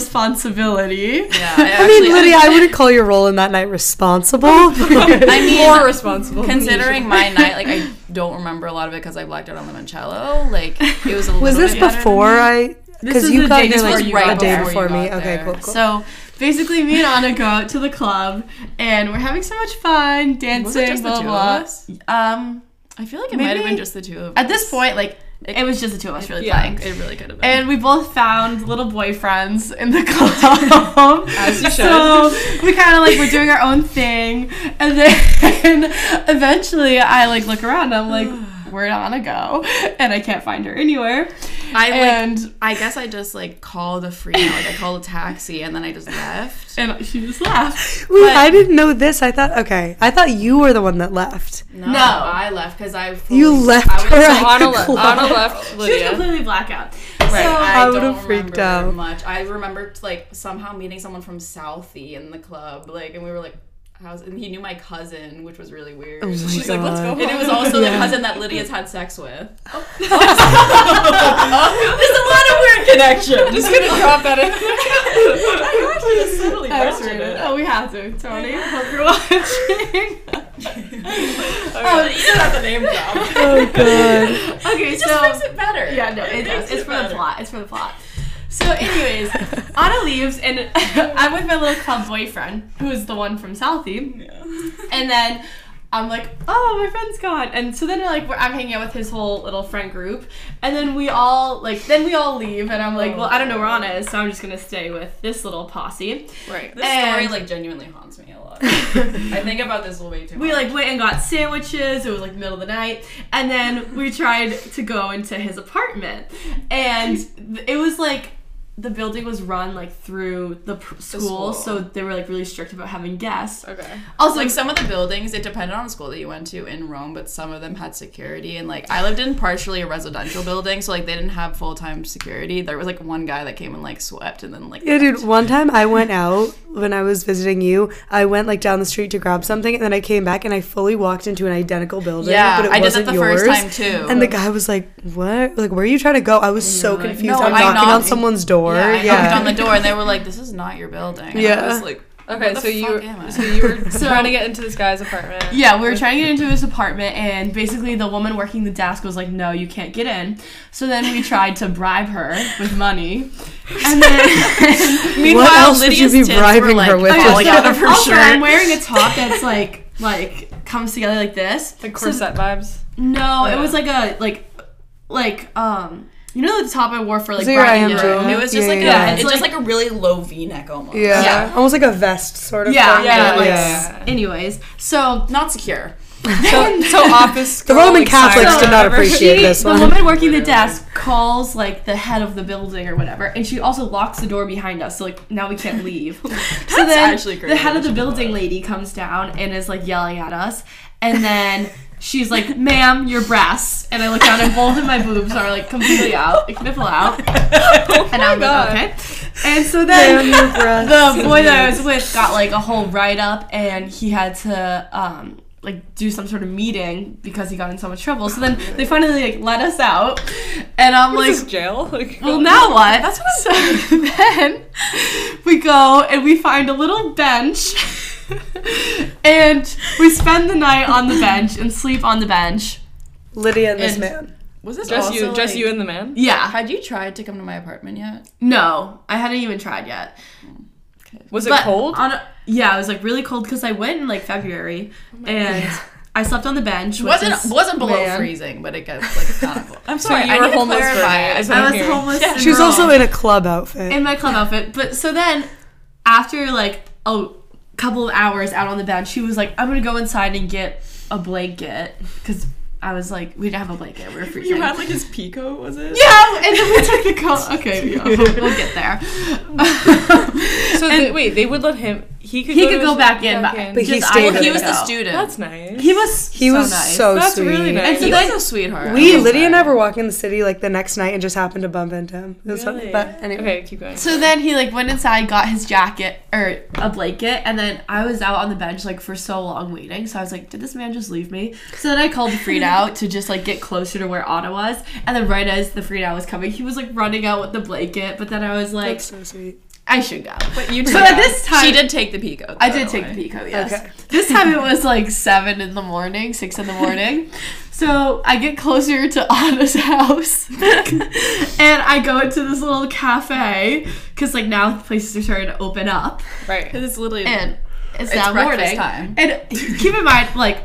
C: responsibility.
D: yeah,
A: [LAUGHS]
B: I mean, Lydia, I wouldn't call your role in that night responsible. [LAUGHS]
D: I mean,
A: more responsible.
D: Oh, [LAUGHS] Considering my night, like I don't remember a lot of it because I blacked out on limoncello. Like it was a little.
B: was this
D: bit better
B: before
D: than-
B: I?
C: This
B: Because
C: is
B: you
C: the
B: got
C: day-
B: here
C: this
B: like
C: was right
B: a day
D: before
B: before
D: you
B: me.
D: got
B: Okay,
D: there.
B: cool, cool.
C: So basically, me and Anna go out to the club, and we're having so much fun dancing.
D: Was it just the
C: blah
D: two of
C: blah.
D: us?
C: Um,
D: I feel like it might have been
C: Maybe-
D: just the two of us.
C: at this point, like it, was just the two of us really
A: yeah.
C: playing.
D: it really could have been.
C: And we both found little boyfriends in the [LAUGHS] club.
A: As you
C: So we kind of like we're doing our own thing, and then [LAUGHS] eventually I like look around. and I'm like, where'd Anna go? And I can't find her anywhere.
D: I like.
C: and
D: I guess I just like called a free like I called a taxi and then I just left.
C: and she
B: [LAUGHS]
C: just left.
B: Wait, I didn't know this. I thought okay. I thought you were the one that left.
D: No, I left because I fully-
B: You left
D: I was,
B: her
D: so-
B: at
A: Anna,
B: the
A: le-
B: club.
A: Anna [LAUGHS] left
C: She was
A: Lydia.
C: completely blackout.
D: Right, I,
B: I
D: would
B: would've
D: have
B: freaked out.
D: much. I remembered like somehow meeting someone from Southie in the club, like, and we were like, "How's?" And he knew my cousin, which was really weird.
B: my
D: She's like, "Let's go."
B: God.
D: And it was
B: [LAUGHS]
D: also the cousin that Lydia's had sex with.
A: There's a lot of weird connection. Just gonna drop that in.
C: X-rated. Oh, we have to, Tony. Hope you're watching. Um,
B: Oh god.
D: [LAUGHS]
C: okay, so
D: it better.
C: Yeah, no, it does. It's for the plot. It's for the plot. So, anyways, Anna leaves, and [LAUGHS] I'm with my little club boyfriend, who is the one from Southie. And then I'm like, oh, my friend's gone. And so then like we're, I'm hanging out with his whole little friend group, and then we all like then we all leave, and I'm like, well, I don't know where Anna is, so I'm just gonna stay with this little posse.
A: Right.
D: This story
C: And-
D: like genuinely haunts me a
C: [LAUGHS]
D: lot. I think about this way too much.
C: We like went and got sandwiches. It was like the middle of the night, and then we tried to go into his apartment, and th- it was like the building was run like through the pr- school,
D: school.
C: so they were like really strict about having guests.
A: Okay.
C: Also,
D: like some of the buildings, it depended on the school that you went to in Rome, but some of them had security. And like I lived in partially a residential building, so like they didn't have full time security. There was like one guy that came and like swept and then like
B: Yeah, dude. One time I went out when I was visiting you. I went like down the street to grab something, and then I came back and I fully walked into an identical building.
D: Yeah,
B: but it
D: I did that
B: wasn't
D: the
B: yours.
D: first time too.
B: And the guy was like, "What? Like, where are you trying to go?" I was so
C: like,
B: confused.
D: "No,
B: I'm
D: I
B: knocking on
D: knocked."
B: someone's door.
D: yeah, I
B: Yeah,
D: knocked on the door and they were like, "This is not your building." And I
B: Yeah.
D: was like,
A: [LAUGHS] Okay.
D: the
A: So you
D: fuck am I?
A: were [LAUGHS] so you were trying to get into this guy's apartment.
C: Yeah, we were trying to get into his apartment, and basically the woman working the desk was like, "No, you can't get in." So then we tried to bribe her with money,
D: [LAUGHS]
C: and then
D: Meanwhile,
B: else would you
D: Lydia's
B: be
D: tits were,
B: bribing her with?
D: Falling out of her
C: also, I'm
D: shirt.
C: wearing a top that's like like comes together like this.
A: The
C: So-
A: corset vibes.
C: no, it
A: Yeah.
C: was like a like like um you know the top I wore for like
B: Is it your
C: Brian
B: IMG?
C: Rowe?
D: It was
B: Yeah,
D: just like
B: yeah,
D: a,
B: yeah.
D: it's just like a really low V neck almost.
B: yeah.
C: Yeah.
B: almost like a vest sort of.
C: Yeah,
B: thing.
C: yeah, like,
B: yeah.
C: Anyways, so
D: Not
C: [LAUGHS]
D: secure.
A: So, [LAUGHS] so office.
B: The
A: girl,
B: Roman
A: like,
B: Catholics
A: siren
B: did not
A: or whatever. [LAUGHS]
B: appreciate
C: she,
B: this
C: the
B: one.
C: woman working the desk calls like the head of the building or whatever, and she also locks the door behind us, so like now we
D: [LAUGHS]
C: can't leave. so then
D: actually crazy
C: the head of the
D: that she did
C: building lady comes down and is like yelling at us, and then she's like, "Ma'am, your breasts," and I look down and both of my boobs are like completely out, like
D: [LAUGHS]
C: nipple out,
D: Oh
C: and I'm
A: God.
C: like, okay. And so
B: Damn
C: then
B: your breasts.
C: the boy that I was with got like a whole write up, and he had to um, like do some sort of meeting because he got in so much trouble. So then they finally like let us out, and I'm
A: Like
C: like,
A: jail. [LAUGHS] Like,
C: well, now what? That's what I'm saying. [LAUGHS] then we go and we find a little bench. and we spend the night on the bench and sleep on the bench.
B: Lydia and this
C: And-
B: man.
D: Was this
A: just you,
D: also,
A: just
D: like-
A: you and the man.
C: Yeah.
D: Had you tried to come to my apartment yet?
C: No, I hadn't even tried yet.
A: Was it
C: But
A: cold?
C: On a, yeah, it was like really cold because I went in like February and I slept on the bench. Which
D: wasn't
C: is-
D: wasn't below
C: man.
D: freezing, but it gets like kind of. [LAUGHS] I'm
A: So
D: sorry,
A: you
D: I
A: were
D: need to
A: homeless for a
D: clarify
A: minute,
D: it.
A: is what
C: I
A: I'm
C: was
A: hearing.
C: homeless. in
B: She was
C: Rome.
B: also in a club outfit.
C: in my club outfit. But so then, after like a couple of hours out on the bench, she was like, "I'm gonna go inside and get a blanket because." I was like, we'd have a blanket. We were freezing.
D: You had like his pico, was it?
C: [LAUGHS] yeah, and then we took the call. [LAUGHS] Okay, yeah, we'll, we'll get there.
A: So they, wait, they would let him. He could.
C: He
A: go
C: could
A: to
C: go
A: his-
C: back in, but,
B: But he
C: just I
B: stayed
D: Well, he
C: couldn't
D: was the
C: go.
D: student.
A: That's nice.
C: He was.
B: He
C: so
B: was
C: nice.
B: so
A: That's
B: sweet.
A: really nice.
D: And he
A: You
D: was a sweetheart.
B: We, Lydia and I were walking the city like the next night and just happened to bump into him. It was
A: Really?
B: fun. But anyway.
A: Okay, keep going. [LAUGHS]
C: So then he like went inside, got his jacket or a blanket, and then I was out on the bench like for so long waiting. So I was like, did this man just leave me? So then I called the Frida out to just like get closer to where Anna was, and then right as the Frida was coming, he was like running out with the blanket. But then I was like,
B: That's so sweet.
C: I should go.
D: But you
C: So
D: took
C: at
D: that.
C: this time-
D: she did take the pico.
C: I
D: by
C: did
D: the
C: take
D: way.
C: the Pico, yes.
B: Okay.
C: This time it was like seven in the morning, six in the morning. So I get closer to Anna's house [LAUGHS] and I go into this little cafe because, like, now places are starting to open up
A: Right.
D: 'Cause It's literally
C: and it's,
D: It's
C: now
D: breakfast
C: morning.
D: time.
C: And keep in mind, like,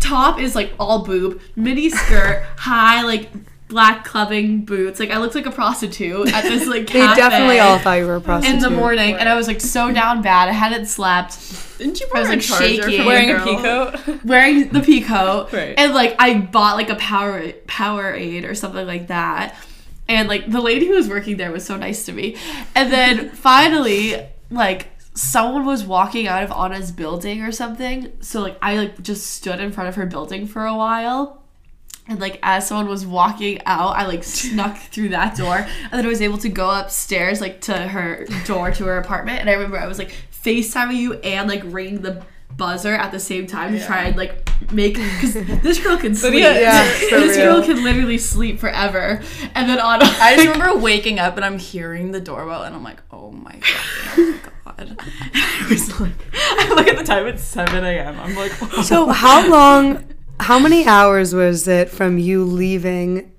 C: top is like all boob, mini skirt, [LAUGHS] high, like, black clubbing boots. Like, I looked like a prostitute at this, like,
B: They
C: cafe.
B: definitely all thought you were a prostitute.
C: in the morning, and I was like so down bad. I hadn't slept.
D: Didn't you
C: I was,
D: wear a
C: like,
D: charger
C: shaking.
A: [LAUGHS]
D: for
A: Wearing a
D: girl?
A: peacoat.
C: wearing the peacoat
A: Right.
C: and like I bought like a power Powerade or something like that. And like the lady who was working there was so nice to me. And then finally, like someone was walking out of Anna's building or something. So like I like just stood in front of her building for a while. And like as someone was walking out, I
B: [LAUGHS]
C: like snuck through that door, and then I was able to go upstairs like to her door to her apartment. And I remember I was like FaceTiming you and like ringing the buzzer at the same time to try and like
B: [LAUGHS]
C: make because this girl can sleep.
A: yeah,
B: yeah, for
C: this
B: real.
C: girl can literally sleep forever. And then
D: [LAUGHS] [LAUGHS]
C: on [LAUGHS]
D: I just remember waking up and I'm hearing the doorbell and I'm like, oh my god, oh my god. [LAUGHS] I was like, [LAUGHS] I look at the time, it's 7 a.m. I'm like, [LAUGHS] oh.
B: So [LAUGHS] how long, how many hours was it from you leaving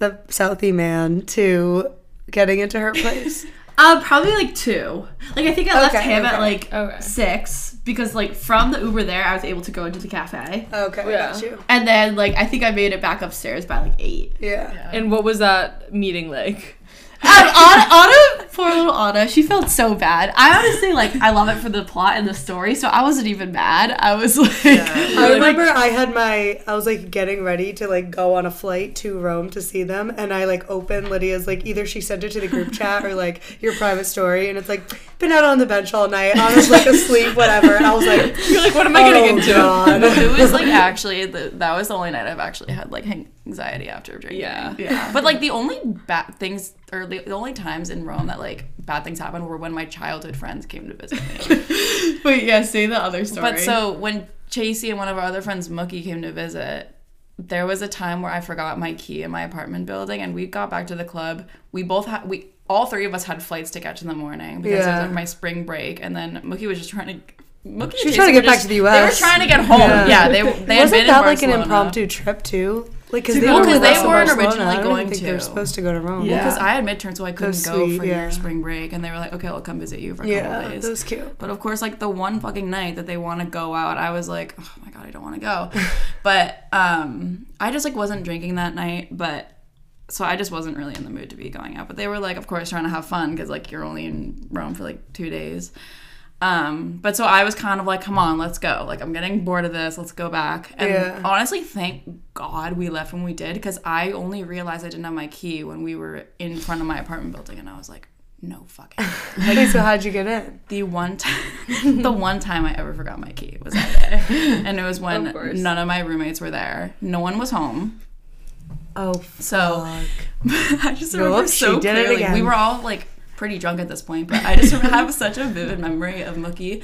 B: the Southie man to getting into her place?
C: Um, probably like two. Like I think I left
B: Okay,
C: him at
B: okay,
C: like
A: okay.
C: six because like from the Uber there, I was able to go into the cafe.
B: [LAUGHS] okay,
A: Yeah. got you.
C: And then like I think I made it back upstairs by like eight.
B: Yeah.
A: And what was that meeting like? [LAUGHS]
C: And Anna, Anna, poor little Anna, she felt so bad. I honestly like I love it for the plot and the story, so I wasn't even mad. I was like, [LAUGHS]
B: I remember I had my I was like getting ready to like go on a flight to Rome to see them and I like opened Lydia's like either she sent it to the
A: [LAUGHS]
B: group chat or like your private story and it's like been out on the bench all night I was like asleep whatever and I was like
A: You're like, [LAUGHS] what am I getting
B: oh,
A: into? [LAUGHS]
B: [LAUGHS] God.
D: It was like actually, the, that was the only night I've actually had like hang- anxiety after drinking.
A: Yeah.
C: Yeah.
D: [LAUGHS] But like the only bad things, or the, the only times in Rome that like bad things happened were when my childhood friends came to visit me.
C: But yeah, say the other story.
D: But so when Chasey and one of our other friends, Mookie, came to visit, there was a time where I forgot my key in my apartment building, and we got back to the club. We both had we all three of us had flights to catch in the morning because it
B: Yeah.
D: was like my spring break, and then Mookie was just trying to. Mookie
B: She
D: and
B: was trying to
D: Chasey were
B: get back
D: just-
B: to the
D: They were
B: US.
D: trying to get home. Yeah,
B: Yeah.
D: they they had
B: Wasn't that
D: been in
B: like an
D: Barcelona.
B: impromptu trip too? Like because they,
D: Well,
B: were
D: 'cause
B: with
D: they
B: us in
D: weren't
B: Barcelona.
D: originally
B: I don't
D: going
B: even think they were
D: to.
B: supposed to go to Rome.
C: Yeah.
D: Because I had midterms, so I couldn't
B: That's
D: go
B: sweet,
D: for
B: yeah.
D: your spring break, and they were like, "Okay, I'll come visit you for a couple
B: yeah,
D: days."
B: that was
D: [LAUGHS]
B: cute.
D: But of course, like the one fucking night that they want to go out, I was like, oh my god, I don't want to go. but um, I just like wasn't drinking that night, but so I just wasn't really in the mood to be going out. But they were like, of course, trying to have fun because like you're only in Rome for like two days. Um, but so I was kind of like, come on, let's go. Like I'm getting bored of this. Let's go back. And
B: Yeah.
D: honestly, thank God we left when we did because I only realized I didn't have my key when we were in front of my apartment building, and I was like, no fucking.
B: Wait, so how'd you get in?
D: The
B: [LAUGHS]
D: one time, the one time I ever forgot my key was that day, and it was when
A: Of course.
D: none of my roommates were there. No one was home,
B: Oh,
D: so [LAUGHS]
B: fuck.
D: I just remember
B: Nope, she
D: so
B: did it
D: clearly. We
B: again.
D: were all like pretty drunk at this point, but I just [LAUGHS] have such a vivid memory of Mookie.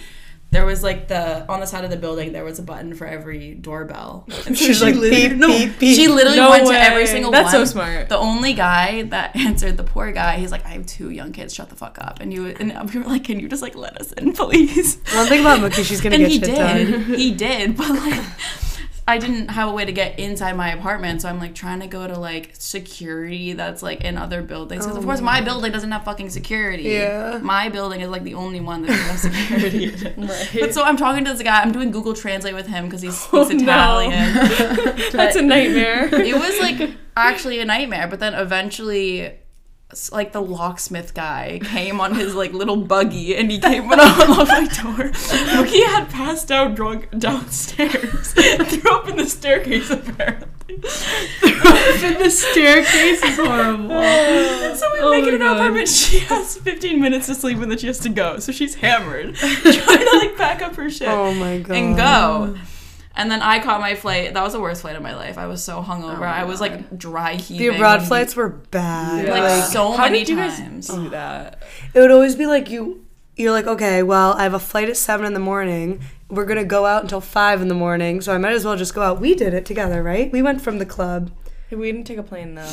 D: There was like the on the side of the building there was a button for every doorbell. And [LAUGHS] so
B: she's
D: she
B: like
D: literally-
B: beep beep beep.
D: she literally
A: No
D: went to every
A: way.
D: single
A: That's
D: one.
A: so smart.
D: The only guy that [LAUGHS] answered, the poor guy, he's like, I have two young kids, shut the fuck up. And you and we were like, Can you just like let us in, [LAUGHS] please?
B: One thing about Mookie, she's gonna
D: and
B: get
D: he
B: shit [LAUGHS]
D: did. [LAUGHS]
B: done.
D: He did, but like I didn't have a way to get inside my apartment, so I'm like trying to go to like security that's like in other buildings. Because of course my building doesn't have fucking security.
B: Oh. Yeah.
D: My building is like the only one that doesn't have security.
B: [LAUGHS]
D: in it.
A: Right.
D: But so I'm talking to this guy. I'm doing Google Translate with him because he's, he's
A: Oh, no.
D: Italian
A: [LAUGHS] That's a nightmare. [LAUGHS]
D: it was like actually a nightmare but then eventually s- like the locksmith guy came on his like little buggy and [LAUGHS] he came when I unlocked my door. [LAUGHS] He had passed out drunk downstairs and threw up in the staircase apparently.
C: and the staircase is horrible.
D: So we
C: Oh
D: make
C: my
D: it an
C: God.
D: apartment. She has 15 minutes to sleep and then she has to go. So she's hammered, [LAUGHS] trying to like pack up her shit
B: Oh my god.
D: and go. And then I caught my flight. That was the worst flight of my life. I was so hungover.
A: my
D: I was like dry
B: The
D: heaving.
B: abroad flights were bad.
C: Yeah.
D: like
B: Like,
D: so
A: How
D: many
A: did you guys
D: times.
A: do that?
B: it would always be like you you're like okay well i have a flight at seven in the morning we're gonna go out until five in the morning so i might as well just go out we did it together right we went from the club
A: We didn't take a plane though.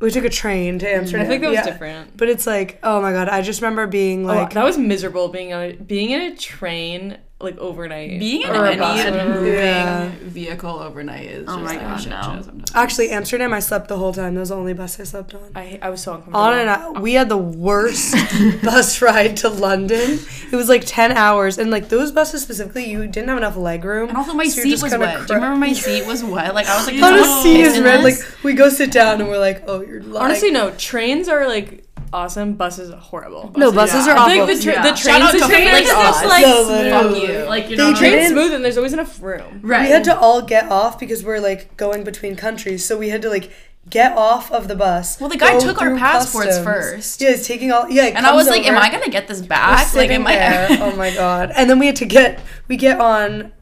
B: we took a train to amsterdam
A: Mm-hmm. I think that was
B: Yeah.
A: different.
B: but it's like oh my god i just remember being
A: Like
B: like
A: that was miserable being on a, being in a train like overnight.
D: Being in
A: or a bus or
D: any
A: whatever.
D: moving
B: Yeah.
D: vehicle overnight is
C: Oh
D: just
C: my
D: like
C: God,
D: a shit
C: no.
D: show sometimes.
B: actually amsterdam i slept the whole time that was the only bus i slept on
A: I I was so uncomfortable.
B: on and on. We had the
A: [LAUGHS]
B: worst bus ride to London. It was like ten hours, and like those buses specifically, you didn't have enough leg room.
D: And also my
B: so you're
D: seat
B: just
D: was
B: kinda
D: wet. Do
B: cra-
D: you remember my seat was wet? Like I was
B: [LAUGHS]
D: like, oh,
B: How
D: so
B: does sea
D: pissed
B: is
D: in
B: red? Like
D: this.
B: we go sit down and we're like, oh, you're lying.
A: Honestly, no. Trains are like awesome. Buses are horrible.
B: no, buses
C: yeah.
B: are
A: I
B: awful.
A: think the, tra-
C: Yeah.
A: the train
D: Shout out to
A: system
D: Felix
A: is
D: Oz.
A: just like
B: No,
A: smooth.
B: literally.
D: you.
C: Like you
B: They
C: know,
B: did
A: Train's
B: it.
A: smooth and there's always enough room.
C: right?
B: we had to all get off because we're like going between countries, so we had to like get off of the bus.
D: Well, the guy
B: go
D: took our
B: through
D: passports
B: customs.
D: first.
B: Yeah, he's taking all. Yeah, it
D: And I was
B: comes
D: like, am
B: over.
D: I gonna get this
B: We're
D: back? Like,
B: sitting
D: am I? [LAUGHS]
B: there. oh my god! And then we had to get we get on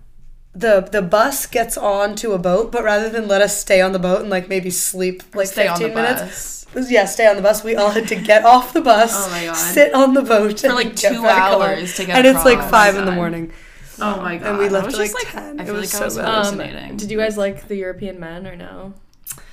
B: the the bus gets on to a boat, but rather than let us stay on the boat and like maybe sleep like
D: Stay on the
B: fifteen minutes,
D: bus.
B: was- yeah, stay on the bus. We all had to get off the bus,
D: Oh my God.
B: sit on the boat
D: For, like,
B: get
D: two
B: back home.
D: hours to get
B: and it's like
D: across.
B: five
D: Oh my
B: in the
D: God.
B: morning,
C: Oh my god.
B: and we
D: I
B: left
D: was
B: at
D: just,
B: like,
D: like-
B: ten.
D: I
B: It
D: feel
B: was
D: like I
B: so
D: was
B: bad.
D: up.
A: Um,
D: Fascinating.
A: did you guys like the European men or no?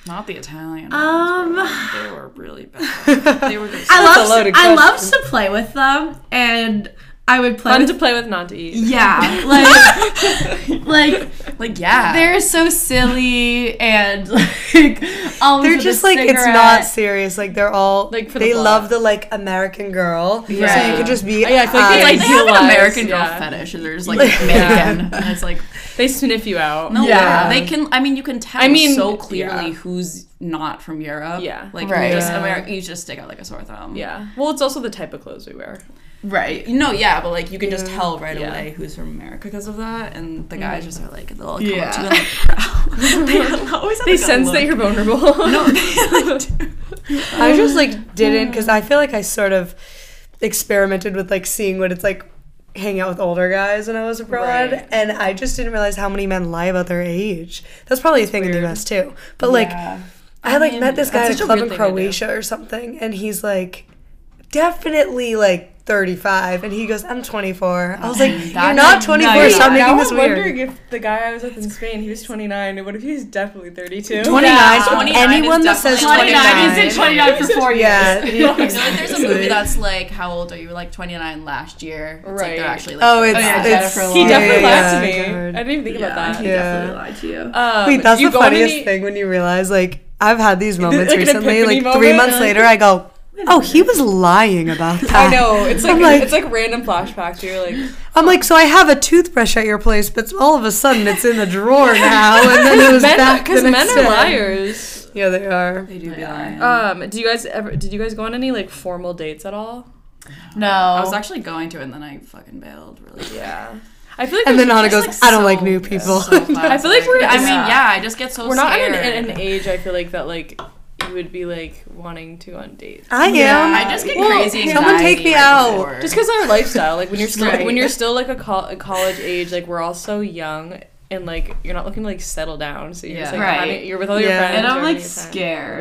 D: Not the Italian.
C: Um,
D: ones, bro. they were
B: [LAUGHS]
D: really bad. They were just.
C: I
B: That's a
C: loved
B: loaded
C: I
B: question.
C: loved to play with them, and I would play
A: Fun
C: with
A: to play with, not to eat.
C: yeah, like
B: [LAUGHS]
C: like
D: like yeah.
C: they're so silly and [LAUGHS] like all
B: They're just like it's not serious. Like they're all
A: Like, for the
B: they
A: plot.
B: love the like American girl. So you
D: Yeah.
B: could just be
A: Yeah, I feel
B: [LAUGHS]
D: It's
A: like
D: like they have an
A: idealized,
D: American girl
A: yeah.
D: fetish, and they're just like
B: Yeah.
D: American. And it's like
A: They sniff you out.
D: no,
B: Yeah.
D: yeah. they can. I mean, you can tell.
A: I mean,
D: so clearly
A: yeah.
D: who's not from Europe.
A: Yeah.
D: like
C: Right.
D: you just
B: Yeah.
D: Ameri- you just stick out like a sore thumb.
A: Yeah. Well, it's also the type of clothes we wear.
C: right.
D: No, yeah, but like you can just tell right
A: Yeah.
D: away who's from America because of that, and the guys just are like [LAUGHS] they'll come
C: Yeah.
D: up to you and like prowl. they always have,
A: They
D: like, a
A: sense that
D: look.
A: you're vulnerable. [LAUGHS]
D: No, they, like, do.
B: I just like didn't because I feel like I sort of experimented with like seeing what it's like hang out with older guys when I was abroad,
A: Right.
B: and I just didn't realize how many men lie about their age. That's probably a thing in the U.S. too. But like, I, like
D: mean,
B: met this guy
A: that's
B: at
A: such a
B: a club
A: weird
B: in
A: thing to do.
B: Croatia or something, and he's like, definitely like 35, and he goes, I'm 24. I
A: [LAUGHS]
B: was like, you're
D: That's
B: not
D: like
B: 24.
D: nice.
B: Stop making
A: now
B: this
A: I'm
B: weird.
A: wondering if the guy I was with in Spain, he was 29, and what if he's definitely 32?
B: 29.
D: Yeah,
B: so
D: 29 is
B: anyone that says
D: definitely
B: 29,
D: 29. He's in
C: 29 for four
B: Yeah.
D: I feel like there's
B: [LAUGHS]
D: a movie that's like, how old are you? Like 29 last year. It's like they're
A: Right.
D: actually like.
B: Oh, it's,
C: yeah,
B: it's
C: Jennifer
A: He
C: Yeah,
A: definitely
C: yeah,
A: lied to me.
B: yeah, God.
A: I didn't even think about
C: he
A: that.
B: Yeah.
C: definitely lied to you.
A: Um,
B: Wait, that's
A: you
B: the
A: go on
B: funniest
A: any-
B: thing when you realize, like, I've had these moments
A: like an
B: recently. Like,
A: epiphany
B: three
A: moment,
B: months
A: like-
B: later, I go, oh, he was lying about that.
A: [LAUGHS] I know it's like,
B: [LAUGHS] I'm like,
A: it's like "Oh." random flashbacks. You're like,
B: I'm like, so I have a toothbrush at your place, but all of a sudden it's in the
A: [LAUGHS]
B: drawer now, and then it was
A: men
B: back.
A: because
B: Because
A: men are liars.
B: Yeah, they are.
D: They do be lying.
A: Um, do you guys ever? Did you guys go on any like formal dates at all?
C: No,
B: Oh.
D: I was actually going to, and then I fucking bailed. [LAUGHS] Really.
A: Yeah, I feel like
B: And then
A: there's-
B: Anna goes,
D: like,
B: I don't
D: so-
B: like new people. [LAUGHS]
D: So I
A: feel like we're-
D: I mean,
A: yeah.
D: yeah, I just get so
A: we're not at
D: scared.
A: an, at an age. I feel like that like you would be like wanting to on dates.
B: I am.
D: I just get
A: Well,
D: crazy.
B: someone take
D: anxiety
B: me
D: right
B: out.
D: before.
A: Just because our lifestyle, like when you're still
C: Right.
A: when you're still like a, col- a college age, like we're all so young and like you're not looking to like settle down. So you're just
D: Yeah.
A: like
C: Right.
A: having, you're with all
B: Yeah.
A: your friends.
C: and I'm
A: you're
C: like
A: having a good time.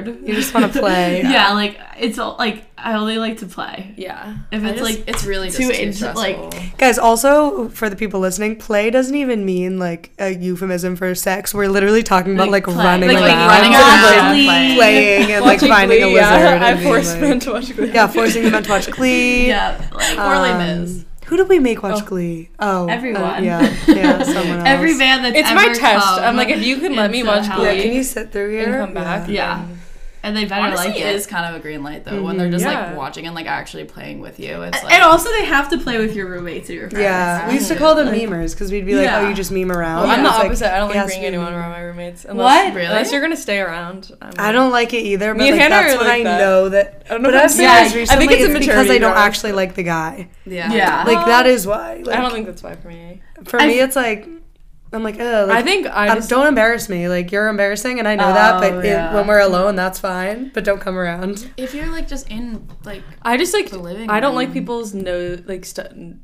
C: scared.
B: You just want to play.
C: Yeah. like it's all like I only like to play.
A: Yeah.
C: If
D: I
C: it's
D: just-
C: like
D: it's really just
C: too
D: too
C: into- like-
D: stressful.
B: Guys, also for the people listening, play doesn't even mean like a euphemism for sex. We're literally talking about like,
C: Like, play.
B: running
D: like,
B: around,
D: like running
B: and,
D: around,
B: like,
C: Exactly.
D: playing.
B: playing, and like
A: Watching
B: finding a
A: Glee,
B: lizard.
A: Yeah,
B: and
A: I
B: being,
A: forced
B: like-
A: men to watch Glee.
B: [LAUGHS] Yeah, forcing the men to
A: [LAUGHS]
B: watch Glee.
C: yeah, like
D: Or Les
B: Um,
D: Mis.
B: Who did we make watch
A: Oh.
B: Glee? Oh, uh,
A: [LAUGHS]
C: Everyone.
B: yeah,
C: [LAUGHS]
B: yeah, someone else.
C: every man that's
A: It's
C: ever
A: my test.
C: come
A: I'm like, if you can let me
C: into the
A: watch
C: house-
A: Glee
B: Yeah, can you sit through here
A: and come back,
B: Yeah.
C: Yeah.
A: then-
C: and they better
D: Honestly,
C: like
D: it is kind of a green light though when
B: Mm-hmm.
D: they're just
A: Yeah.
D: like watching and like actually playing with you. It's like
C: And also, they have to play with your roommates or your friends.
B: Yeah, we used to call them memers because we'd be like,
C: Yeah.
B: "Oh, you just meme around."
A: Well, I'm the
B: It's like,
A: opposite. I don't
B: it
A: like
B: has to
A: bringing
B: be
A: anyone
B: me.
A: around my roommates. Unless,
C: What?
A: Unless
D: Really?
A: you're gonna stay around. I'm
B: I don't like it either, but
A: and
B: like,
A: Hannah
B: that's
A: are
B: what
A: like
B: I
A: that.
B: know that.
A: I don't know
B: but
A: if
B: I've
A: that's-
C: Yeah, I
B: realized
A: think
B: recently
A: it's a
B: it's because I
A: maturity
B: don't
A: drive.
B: actually like the guy.
D: yeah,
C: Yeah.
B: Like that is why. Like
A: I don't think that's why for me.
B: for
C: I-
B: me, it's like I'm like, oh, like,
A: I think I
B: um,
A: just-
B: don't embarrass me. Like you're embarrassing, and I know that.
C: Oh,
B: But it-
C: yeah.
B: when we're alone, that's fine. But don't come around.
D: If you're like just in like
A: I just like
D: the living
A: I don't
D: room.
A: like people's nose like stu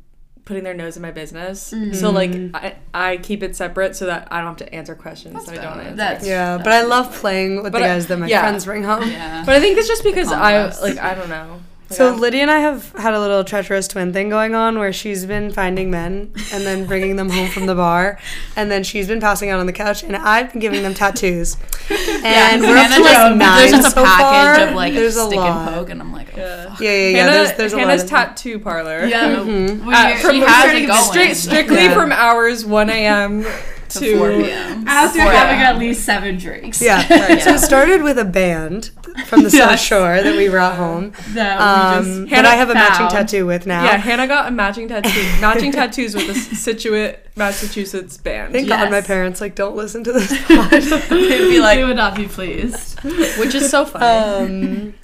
A: putting their nose in my business.
B: Mm.
A: So like I, I keep it separate so that I don't have to answer questions
D: That's
A: that I don't
D: valid.
A: answer.
C: That's
B: Yeah,
C: that's
B: but I
C: good.
B: love playing with
A: But
B: the
A: I-
B: guys that my
A: yeah.
B: friends bring
D: [LAUGHS]
B: home.
D: yeah.
A: but I think it's just because I
D: contrast.
A: like I don't know. Like,
B: So
A: I'm-
B: Lydia and I have had a little treacherous twin thing going on where she's been finding men and then bringing them home from the bar, and then she's been passing out on the couch, and I've been giving them tattoos. And we're up
D: Hannah
B: to like
D: just-
B: nine
D: There's just a
B: so
D: package
B: far.
D: of like
B: there's
D: a
B: a
D: stick
B: lot.
D: and poke, and I'm like, oh,
A: Yeah.
D: fuck.
B: Yeah, yeah, yeah.
A: Hannah,
B: there's there's a lot.
A: Hannah's
B: Of,
A: tattoo parlor.
C: Yeah,
B: Mm-hmm.
D: When
A: Uh,
D: you're-
A: from
D: she has it
A: having
D: going.
A: stri-
D: [LAUGHS]
A: strictly
B: Yeah.
A: from hours 1
B: [LAUGHS]
A: a.m. to
D: 4 p.m.
C: after
A: Yeah.
C: having at least seven drinks.
A: [LAUGHS]
B: yeah.
C: [LAUGHS]
D: Right,
B: So
D: yeah.
B: it started with a band from the South
C: Yes.
B: Shore that we brought
A: [LAUGHS]
B: home.
C: That we
B: Um,
C: just
B: that I have a matching
C: found.
B: tattoo with now.
A: Yeah, Hannah got a matching
B: [LAUGHS]
A: tattoo, matching tattoos with the Situate, Massachusetts band.
B: Thank God my
C: Yes.
B: parents like don't listen
A: [LAUGHS]
B: to this.
C: [LAUGHS] They'd be
D: like-
C: they would not
D: [LAUGHS]
C: be pleased.
A: which is so funny. [LAUGHS]
B: Um,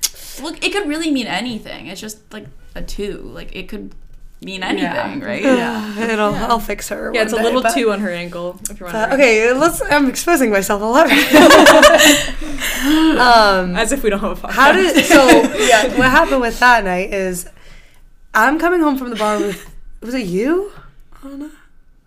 D: Look, it could really mean anything. It's just like a two. Like it could mean anything, right?
B: [SIGHS] it'll I'll fix her.
A: yeah, it's a
B: one
A: little
B: day, but-
A: two on her ankle. If you're
B: but- uh,
A: wondering.
B: okay, let's. I'm exposing myself
A: [LAUGHS]
B: a lot. [LAUGHS] um,
A: As if we don't have a podcast.
B: how
A: [LAUGHS]
B: did so? Yeah, what happened with that night is, I'm coming home from the bar with. Was it you? I don't know.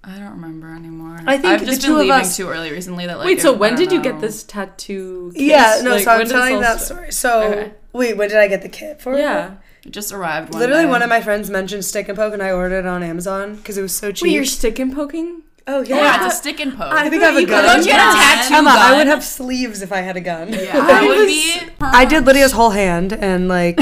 D: I don't remember anymore.
B: I think
D: I've
B: the
D: just
B: two
D: been
B: of
D: leaving
B: us-
D: too early recently. That like,
A: Wait, so
D: it-
A: when
D: I don't
A: did you get
D: know.
A: this tattoo? kiss?
B: Yeah, no.
A: Like,
B: so
A: when
B: I'm
A: did this
B: telling
A: all
B: that
A: start?
B: story. So
A: Okay.
B: wait, when did I get the kit for?
A: Yeah.
D: It just arrived. One
B: Literally,
D: day.
B: one of my friends mentioned Stick and Poke, and I ordered it on Amazon because it was so cheap.
A: Wait, you're stick and poking?
B: oh
D: Yeah,
B: yeah,
D: it's a stick and poke.
B: I think I have a
A: You
B: gun.
A: could've
D: Don't you get a
A: Yeah.
D: tattoo
B: Emma,
D: gun?
B: I would have sleeves if I had a gun.
D: Yeah, that would be.
B: I did Lydia's
D: [LAUGHS]
B: whole hand, and like,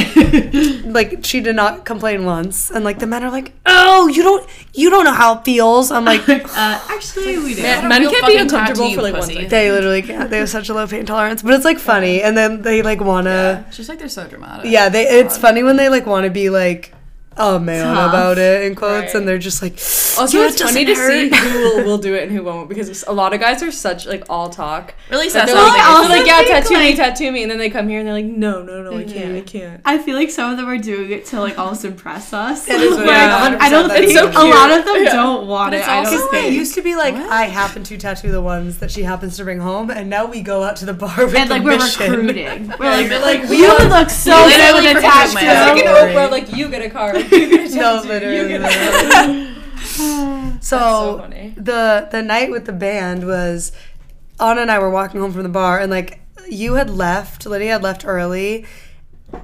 B: like she did not complain once. And like the men are like, "Oh, you don't, you don't know how it feels." I'm like,
C: Uh, actually, we did.
D: I don't
A: Men
D: feel
A: can't be
D: fucking
A: uncomfortable
D: tattoo,
A: for, like, one
D: pussy.
A: second.
B: they literally can't. They have such a low pain tolerance, but it's like funny. And then they like wanna,
D: Yeah. She's like they're so dramatic.
B: yeah, they. It's funny when they like wanna be like a man
C: Tough.
B: about it in quotes,
A: Right.
B: and they're just like,
A: Also,
B: "Yeah, it
A: it's funny to
B: doesn't
A: see
B: hurt."
A: who will, will do it and who won't because a lot of guys are such like all talk.
D: Really
A: Like,
D: says
A: they're like,
C: also
A: they're like, yeah,
C: think,
A: tattoo me,
C: like-
A: tattoo me, and then they come here and they're like, no, no, no, I can't, I can't.
C: I feel like some of them are doing it to like almost impress us.
B: It is
C: Like,
A: weird.
C: I don't
B: 100% that
C: think
B: is so
C: a
A: cute.
C: lot of them
A: Yeah.
C: don't want
D: But
C: it.
D: it's
C: I
D: also,
C: don't
B: It
C: think.
B: used to be like
D: What?
B: I happen to tattoo the ones that she happens to bring home, and now we go out to the bar with
C: and like
B: the
C: we're
B: mission.
D: [LAUGHS]
C: recruiting. We're like,
D: but,
C: like
D: like,
C: you would look so
D: literally
C: good with a
D: recruit my own.
C: tattoo.
A: Like an
B: Don't worry.
A: Oprah, like you get a [LAUGHS] car. You get a
B: [LAUGHS] No,
A: tattoo, you
B: literally.
A: get a-"
B: literally. [LAUGHS] so
A: so funny.
B: the the night with the band was Anna and I were walking home from the bar, and like you had left, Lydia had left early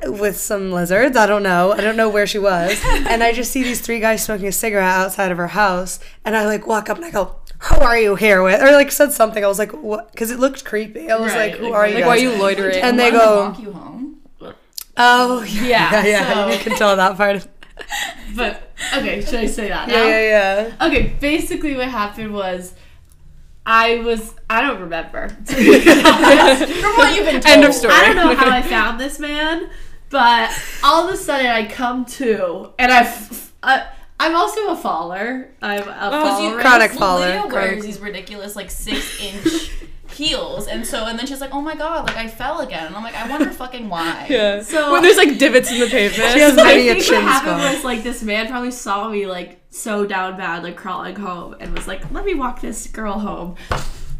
B: with some lizards. I don't know. I don't know where she
A: [LAUGHS]
B: was, and I just see these three guys smoking a cigarette outside of her house, and I like walk up and I go. Who are you here with? Or like said something. I was like, what? Because it looked creepy. I was
C: Right,
B: like, who are you?
A: Like, why are
B: guys?
A: you loitering?
B: And they
D: Why would
B: go,
D: walk you home.
B: oh [LAUGHS] yeah, yeah.
C: Yeah,
B: yeah.
C: so-
B: You can tell that part.
A: [LAUGHS]
B: Of-
C: [LAUGHS] But okay, should I say that?
B: yeah,
C: now?
B: yeah, yeah.
C: Okay, basically what happened was I was I don't remember.
B: [LAUGHS]
C: to be honest.
D: From what you've been
A: [LAUGHS]
D: told.
A: End of story.
C: I don't know
A: [LAUGHS]
C: how I found this man, but all of a sudden I come to and I f- I, am also a faller. I'm a
D: Because
A: Oh,
C: faller.
D: you-
B: Chronic
D: Lydia
B: follower. Chronic.
D: wears these ridiculous like six [LAUGHS] inch heels, and so and then she's like, oh my god, like I fell again, and I'm like, I wonder fucking [LAUGHS] why.
A: Yeah.
C: So-
A: when there's like divots in the pavement. [LAUGHS]
B: She has
C: I
B: many a
C: think what
B: chin
C: happened
B: scar.
C: was like this man probably saw me like so down bad, like crawling home, and was like, "Let me walk this girl home."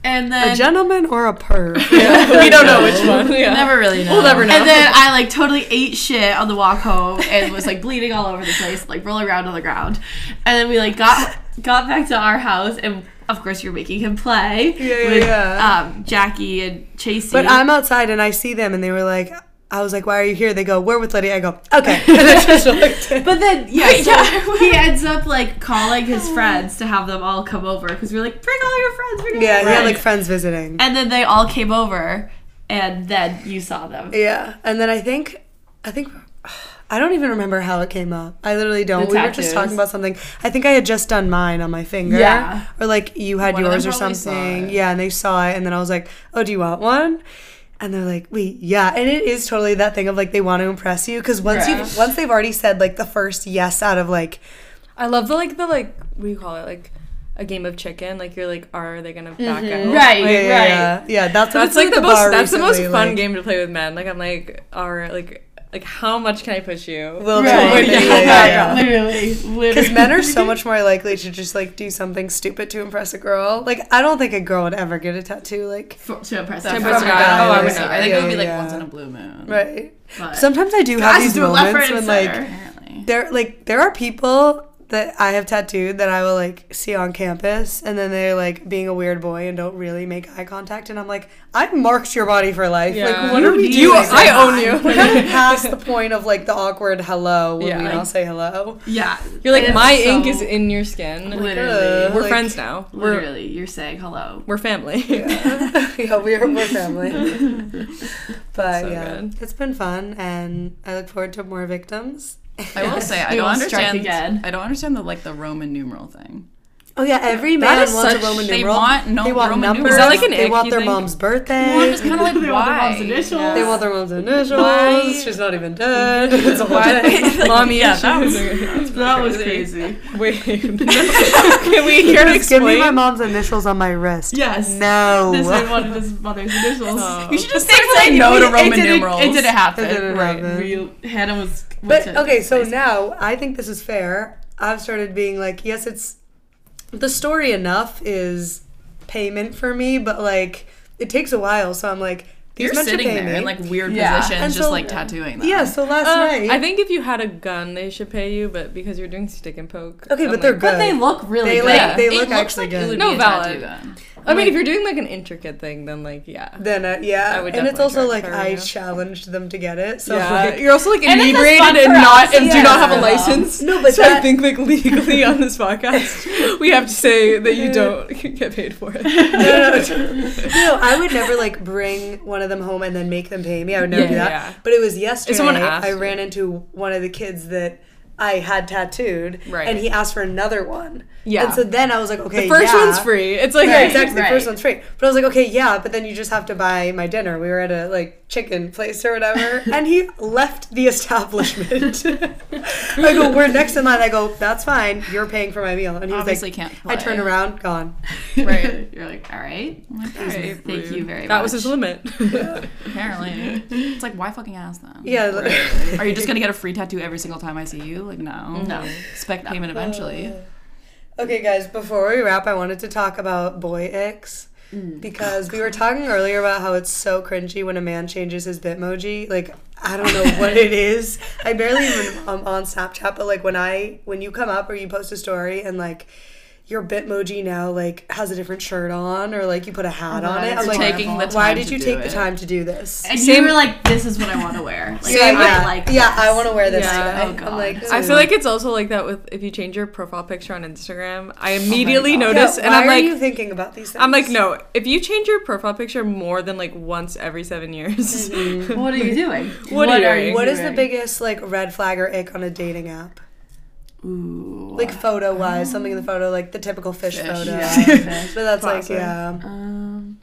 C: And
B: [LAUGHS]
C: then
B: A gentleman or a perv?
A: we don't know which one. Yeah.
D: Never really know.
A: We'll never know.
C: [LAUGHS]
B: [LAUGHS]
C: And then I like totally ate shit on the walk home and was like bleeding all over the place, like rolling around on the ground. And then we like got got back to our house and of course you're making him play
B: yeah,
C: with
B: yeah.
C: Um, Jackie and Chasey.
B: But um, I'm outside and I see them and they were like, I was like, why are you here? They go, we're with Lydia. I go, okay. [LAUGHS] And I just looked at-
C: but [LAUGHS] then yeah,
B: [LAUGHS]
C: so he ends up like calling his friends to have them all come over because we're like bring all your friends. Bring all
B: yeah,
C: your
B: he had
C: friends."
B: like friends visiting.
C: and then they all came over, and then you saw them.
B: Yeah. And then I think, I think, [SIGHS] I don't even remember how it came up. I literally don't.
C: The
B: we were just
C: tattoos.
B: talking about something. I think I had just done mine on my finger.
C: Yeah.
B: Or like you had
D: One of them
B: yours or
D: probably saw
B: something.
D: it.
B: Yeah. And they saw it. And then I was like, oh, do you want one? And they're like, wait, yeah. And it is totally that thing of like they want to impress you. Cause once
D: Yeah.
B: you, once they've already said like the first yes out of like,
A: I love the like the like what do you call it like a game of chicken. Like you're like, are they gonna back out?
C: Right,
A: Like,
B: yeah, yeah, yeah. Yeah, that's what
A: Mm-hmm. That's
B: it's
A: like the
B: at
A: most.
B: bar
A: That's the most
B: recently,
A: fun
B: like-
A: game to play with men. Like I'm like, are like Like, how much can I push you?
B: Will
C: Right,
B: totally.
C: [LAUGHS] yeah,
B: Yeah, yeah, yeah. [LAUGHS]
C: Literally, literally.
B: Because men are
C: [LAUGHS]
B: so much more likely to just like do something stupid to impress a girl. Like I don't think a girl would ever get a tattoo. Like
C: F- to impress
A: To
C: that
A: impress
C: guy.
A: a guy.
D: Oh, I would
A: Yeah,
D: know. I think it would be like
B: yeah.
D: once in a blue moon.
B: right.
C: But
B: Sometimes I do have
C: guys
B: these
C: do it left,
B: moments
C: right,
B: when
C: and
B: like
C: center.
D: Apparently.
B: there like there are people that I have tattooed that I will like see on campus and then they're like being a weird boy and don't really make eye contact and I'm like I marked your body for life like
A: Yeah.
B: what are we
A: You,
B: doing
A: I own you.
C: [LAUGHS]
B: we're kind of past the point of like the awkward hello when we
A: Yeah.
B: all say hello
C: yeah,
A: [LAUGHS] You're like,
C: it's
A: my
C: so-
A: ink is in your skin.
C: Literally,
B: Uh,
A: We're
B: like-
A: friends now. We're
C: literally, you're saying [LAUGHS] hello.
A: we're family. [LAUGHS]
B: [LAUGHS] yeah we're, we're family but
A: So
B: yeah
A: good.
B: it's been fun and I look forward to more victims
D: I will say I
C: We
D: don't
C: won't strike
D: understand.
C: again.
D: I don't understand the like the Roman numeral thing.
B: oh yeah every
A: That
B: man
A: is
B: wants a
A: such-
B: Roman
D: they
B: numeral
D: want no
B: they want
D: Roman
B: numbers
D: numerals.
A: Is that like an
B: they
A: ick
B: want
A: you
B: their
A: think?
B: mom's birthday
D: Well, I'm just kind of like
C: [LAUGHS] They want their mom's
D: why?
C: initials.
B: They want their mom's initials.
D: Why-
B: She's not even dead. [LAUGHS] It's a whole thing.
A: Mommy
D: Yeah,
A: issues.
B: [LAUGHS]
D: that was-
C: [LAUGHS] That was crazy.
A: Wait. [LAUGHS] Can we hear it
B: Just give me
A: explained?
B: my mom's initials on my wrist.
C: Yes.
B: No.
C: This man wanted his mother's initials.
A: Oh.
D: You should just say like no to Roman numerals.
C: It didn't happen.
B: [LAUGHS] It didn't
C: right.
B: happen.
C: Real, Hannah was. went
B: But
C: to-
B: okay, so now I think this is fair. I've started being like, yes, it's the story enough is payment for me, but like it takes a while. So I'm like, these
D: You're
B: men should
D: sitting
B: pay
D: there
B: me.
D: in like weird
C: Yeah.
D: positions,
B: And
D: just
B: so-
D: like tattooing them.
A: [LAUGHS]
B: yeah. So last
A: Uh,
B: night,
A: I think if you had a gun, they should pay you, but because you're doing stick and poke.
B: okay,
A: I'm
B: but they're
A: like-
B: good.
C: But they look really
B: They,
C: good.
B: like,
A: Yeah.
B: they
D: it
B: look
D: looks
B: actually
D: like
B: good.
D: it would
A: No,
D: be a
A: valid.
D: tattoo gun.
A: I mean, if you're doing like an intricate thing, then like yeah.
B: Then uh, yeah,
A: I would
B: and it's
A: definitely
B: also
A: try
B: like
A: for
B: I
A: you.
B: challenged them to get it. So
A: So
B: like,
A: you're also
B: [LAUGHS]
A: like
C: And it's a
A: inebriated
C: fun
A: and,
C: for us,
A: not and do
B: yeah.
A: not have a
B: Yeah.
A: license.
B: No, but
A: so I
B: that-
A: think like legally on this
B: [LAUGHS]
A: podcast, we have to say that you don't [LAUGHS] get paid for it.
B: no, no, no, I would never like bring one of them home and then make them pay me. I would never
A: Yeah,
B: do that.
A: yeah.
B: But it was yesterday.
A: someone asked
B: I
A: you.
B: ran into one of the kids that I had tattooed,
A: Right.
B: and he asked for another one.
A: Yeah.
B: And so then I was like, okay,
A: The first
B: yeah.
A: one's free. It's like
B: Yeah, exactly.
C: right.
B: The first one's free. But I was like, okay, yeah, but then you just have to buy my dinner. We were at a like chicken place or
A: [LAUGHS]
B: whatever, and he left the establishment. [LAUGHS] I go, we're next in line. I go, that's fine. You're paying for my meal, and he was
D: Obviously
B: like,
D: can't.
B: I turn
D: play.
B: around, gone.
C: [LAUGHS]
A: Right.
C: You're like, all right.
D: Okay,
C: Thank you very much.
A: That was his limit.
D: Apparently, it's like why fucking ask them?
B: Yeah.
D: Are you just gonna get a free tattoo every single time I see you? Like no.
C: No.
D: Expect payment eventually.
B: Okay, guys, before we wrap, I wanted to talk about boy icks
D: Mm.
B: because
D: Oh,
B: we were talking earlier about how it's so cringy when a man changes his bitmoji. Like, I don't
D: [LAUGHS]
B: know what it is. I barely even um, on Snapchat, but like when I when you come up or you post a story and like your bitmoji now like has a different shirt on or like you put a hat on it.
C: it's
B: I'm like,
D: taking the
B: why
D: time
B: did
D: to
B: you
D: do
B: take the
D: it."
B: time to do this?
C: And
A: Same-
C: you were like, this is what I want to [LAUGHS] wear. Like,
B: yeah,
C: I
B: yeah,
C: like
B: yeah.
C: this.
B: I want to wear this.
A: Yeah.
B: today.
D: Oh, God.
B: I'm like,
A: I
B: "Ooh."
A: feel like it's also like that with if you change your profile picture on Instagram,
B: Oh
A: I immediately
D: Oh God.
A: notice
B: Yeah,
A: and
B: why
A: I'm like
B: are you thinking about these things?
A: I'm like, no, if you change your profile picture more than like once every seven years, [LAUGHS]
C: What are you doing?
A: What are you doing?
B: What is the
C: doing?
B: biggest like red flag or ick on a dating app?
C: Ooh.
B: Like photo wise, something in the photo, like the typical fish,
D: Fish.
B: photo. [LAUGHS]
C: [LAUGHS] Yeah.
B: But that's like,
A: Classic.
B: yeah.
C: um,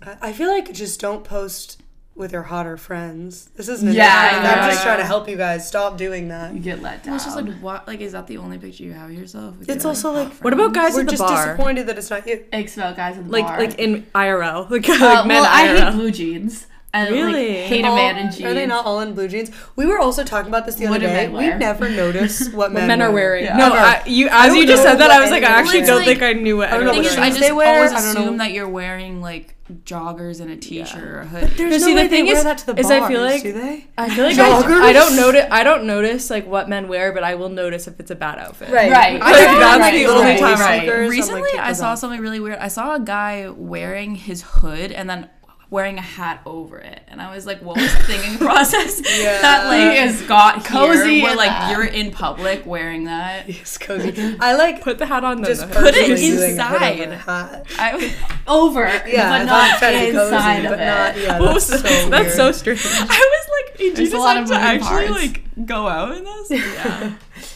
B: I- I feel like just don't post with your hotter friends. This isn't. an
C: Yeah,
B: ad.
C: yeah.
B: I'm just trying to help you guys. Stop doing that.
C: you get let down.
D: It's just like what? Like is that the only picture you have of yourself? with
B: It's
D: your,
B: also like,
A: what about guys
B: We're
A: at the
B: just
A: bar?
B: disappointed that it's not you.
C: Expo guys in the
A: Like
C: bar.
A: like in IRL, [LAUGHS] like, like
C: Uh,
A: men
C: well, I hate
A: IRL.
C: blue jeans. I
A: Really?
C: like, hate a man in
B: All-
C: jeans.
B: Are they not all in blue jeans? We were also talking about this the
C: What
B: other
C: do
B: day.
C: men
B: We
C: wear?
B: never notice what,
A: What men
B: wear.
A: are wearing?
C: Yeah.
A: No,
B: Never.
A: I, you as
B: don't
A: you just
B: know
A: said that,
B: what
A: I was like, I
B: anyone
A: actually
D: wears.
A: don't
D: Like,
A: think I knew what
B: I don't
A: anyone
B: know
D: The
A: was
D: thing is,
B: what
A: wearing.
D: I
B: shoes
D: just
B: they wear,
D: always
B: I don't know.
D: assume that you're wearing like joggers and a t-shirt or a hoodie.
B: There's
A: No,
B: no
A: see, the
B: way
A: thing
B: they wear
A: is-
B: that to the
A: is
B: bars,
A: I feel like-
B: do they?
A: I feel like I, I
B: Joggers? [LAUGHS]
A: don't notice. I don't notice like what men wear, but I will notice if it's a bad outfit.
C: Right.
A: I
C: Right.
A: think that's
C: Right.
A: the
C: Little
A: only
C: baby
A: time. I-
C: sneakers.
B: I'm like,
D: Recently,
B: take
D: I
B: those
D: saw
B: off.
D: something really weird. I saw a guy wearing his hood and then wearing a hat over it, and I was like, "What was the
C: [LAUGHS]
D: thinking process
B: Yeah.
D: that like has got
C: Cozy
D: Here, where
C: and
D: like
C: that.
D: you're in public wearing that."
B: It's cozy. I like
A: Put the hat on. Then
B: just
A: the hood.
D: it
B: purposely doing a hood over
D: inside.
B: a hat.
D: I
C: over,
B: Yeah,
C: but
B: I
C: not
B: thought it was
C: inside
B: cozy,
C: of
B: but
C: it.
B: not yeah.
A: What
B: [LAUGHS] That's
A: was
B: so
A: that? that's so
B: weird.
A: strange.
D: [LAUGHS] I was like, "Did you
C: There's a lot
D: decide
C: of
D: to
C: moving
D: actually
C: parts.
D: like go out in this?"
C: [LAUGHS]
D: Yeah,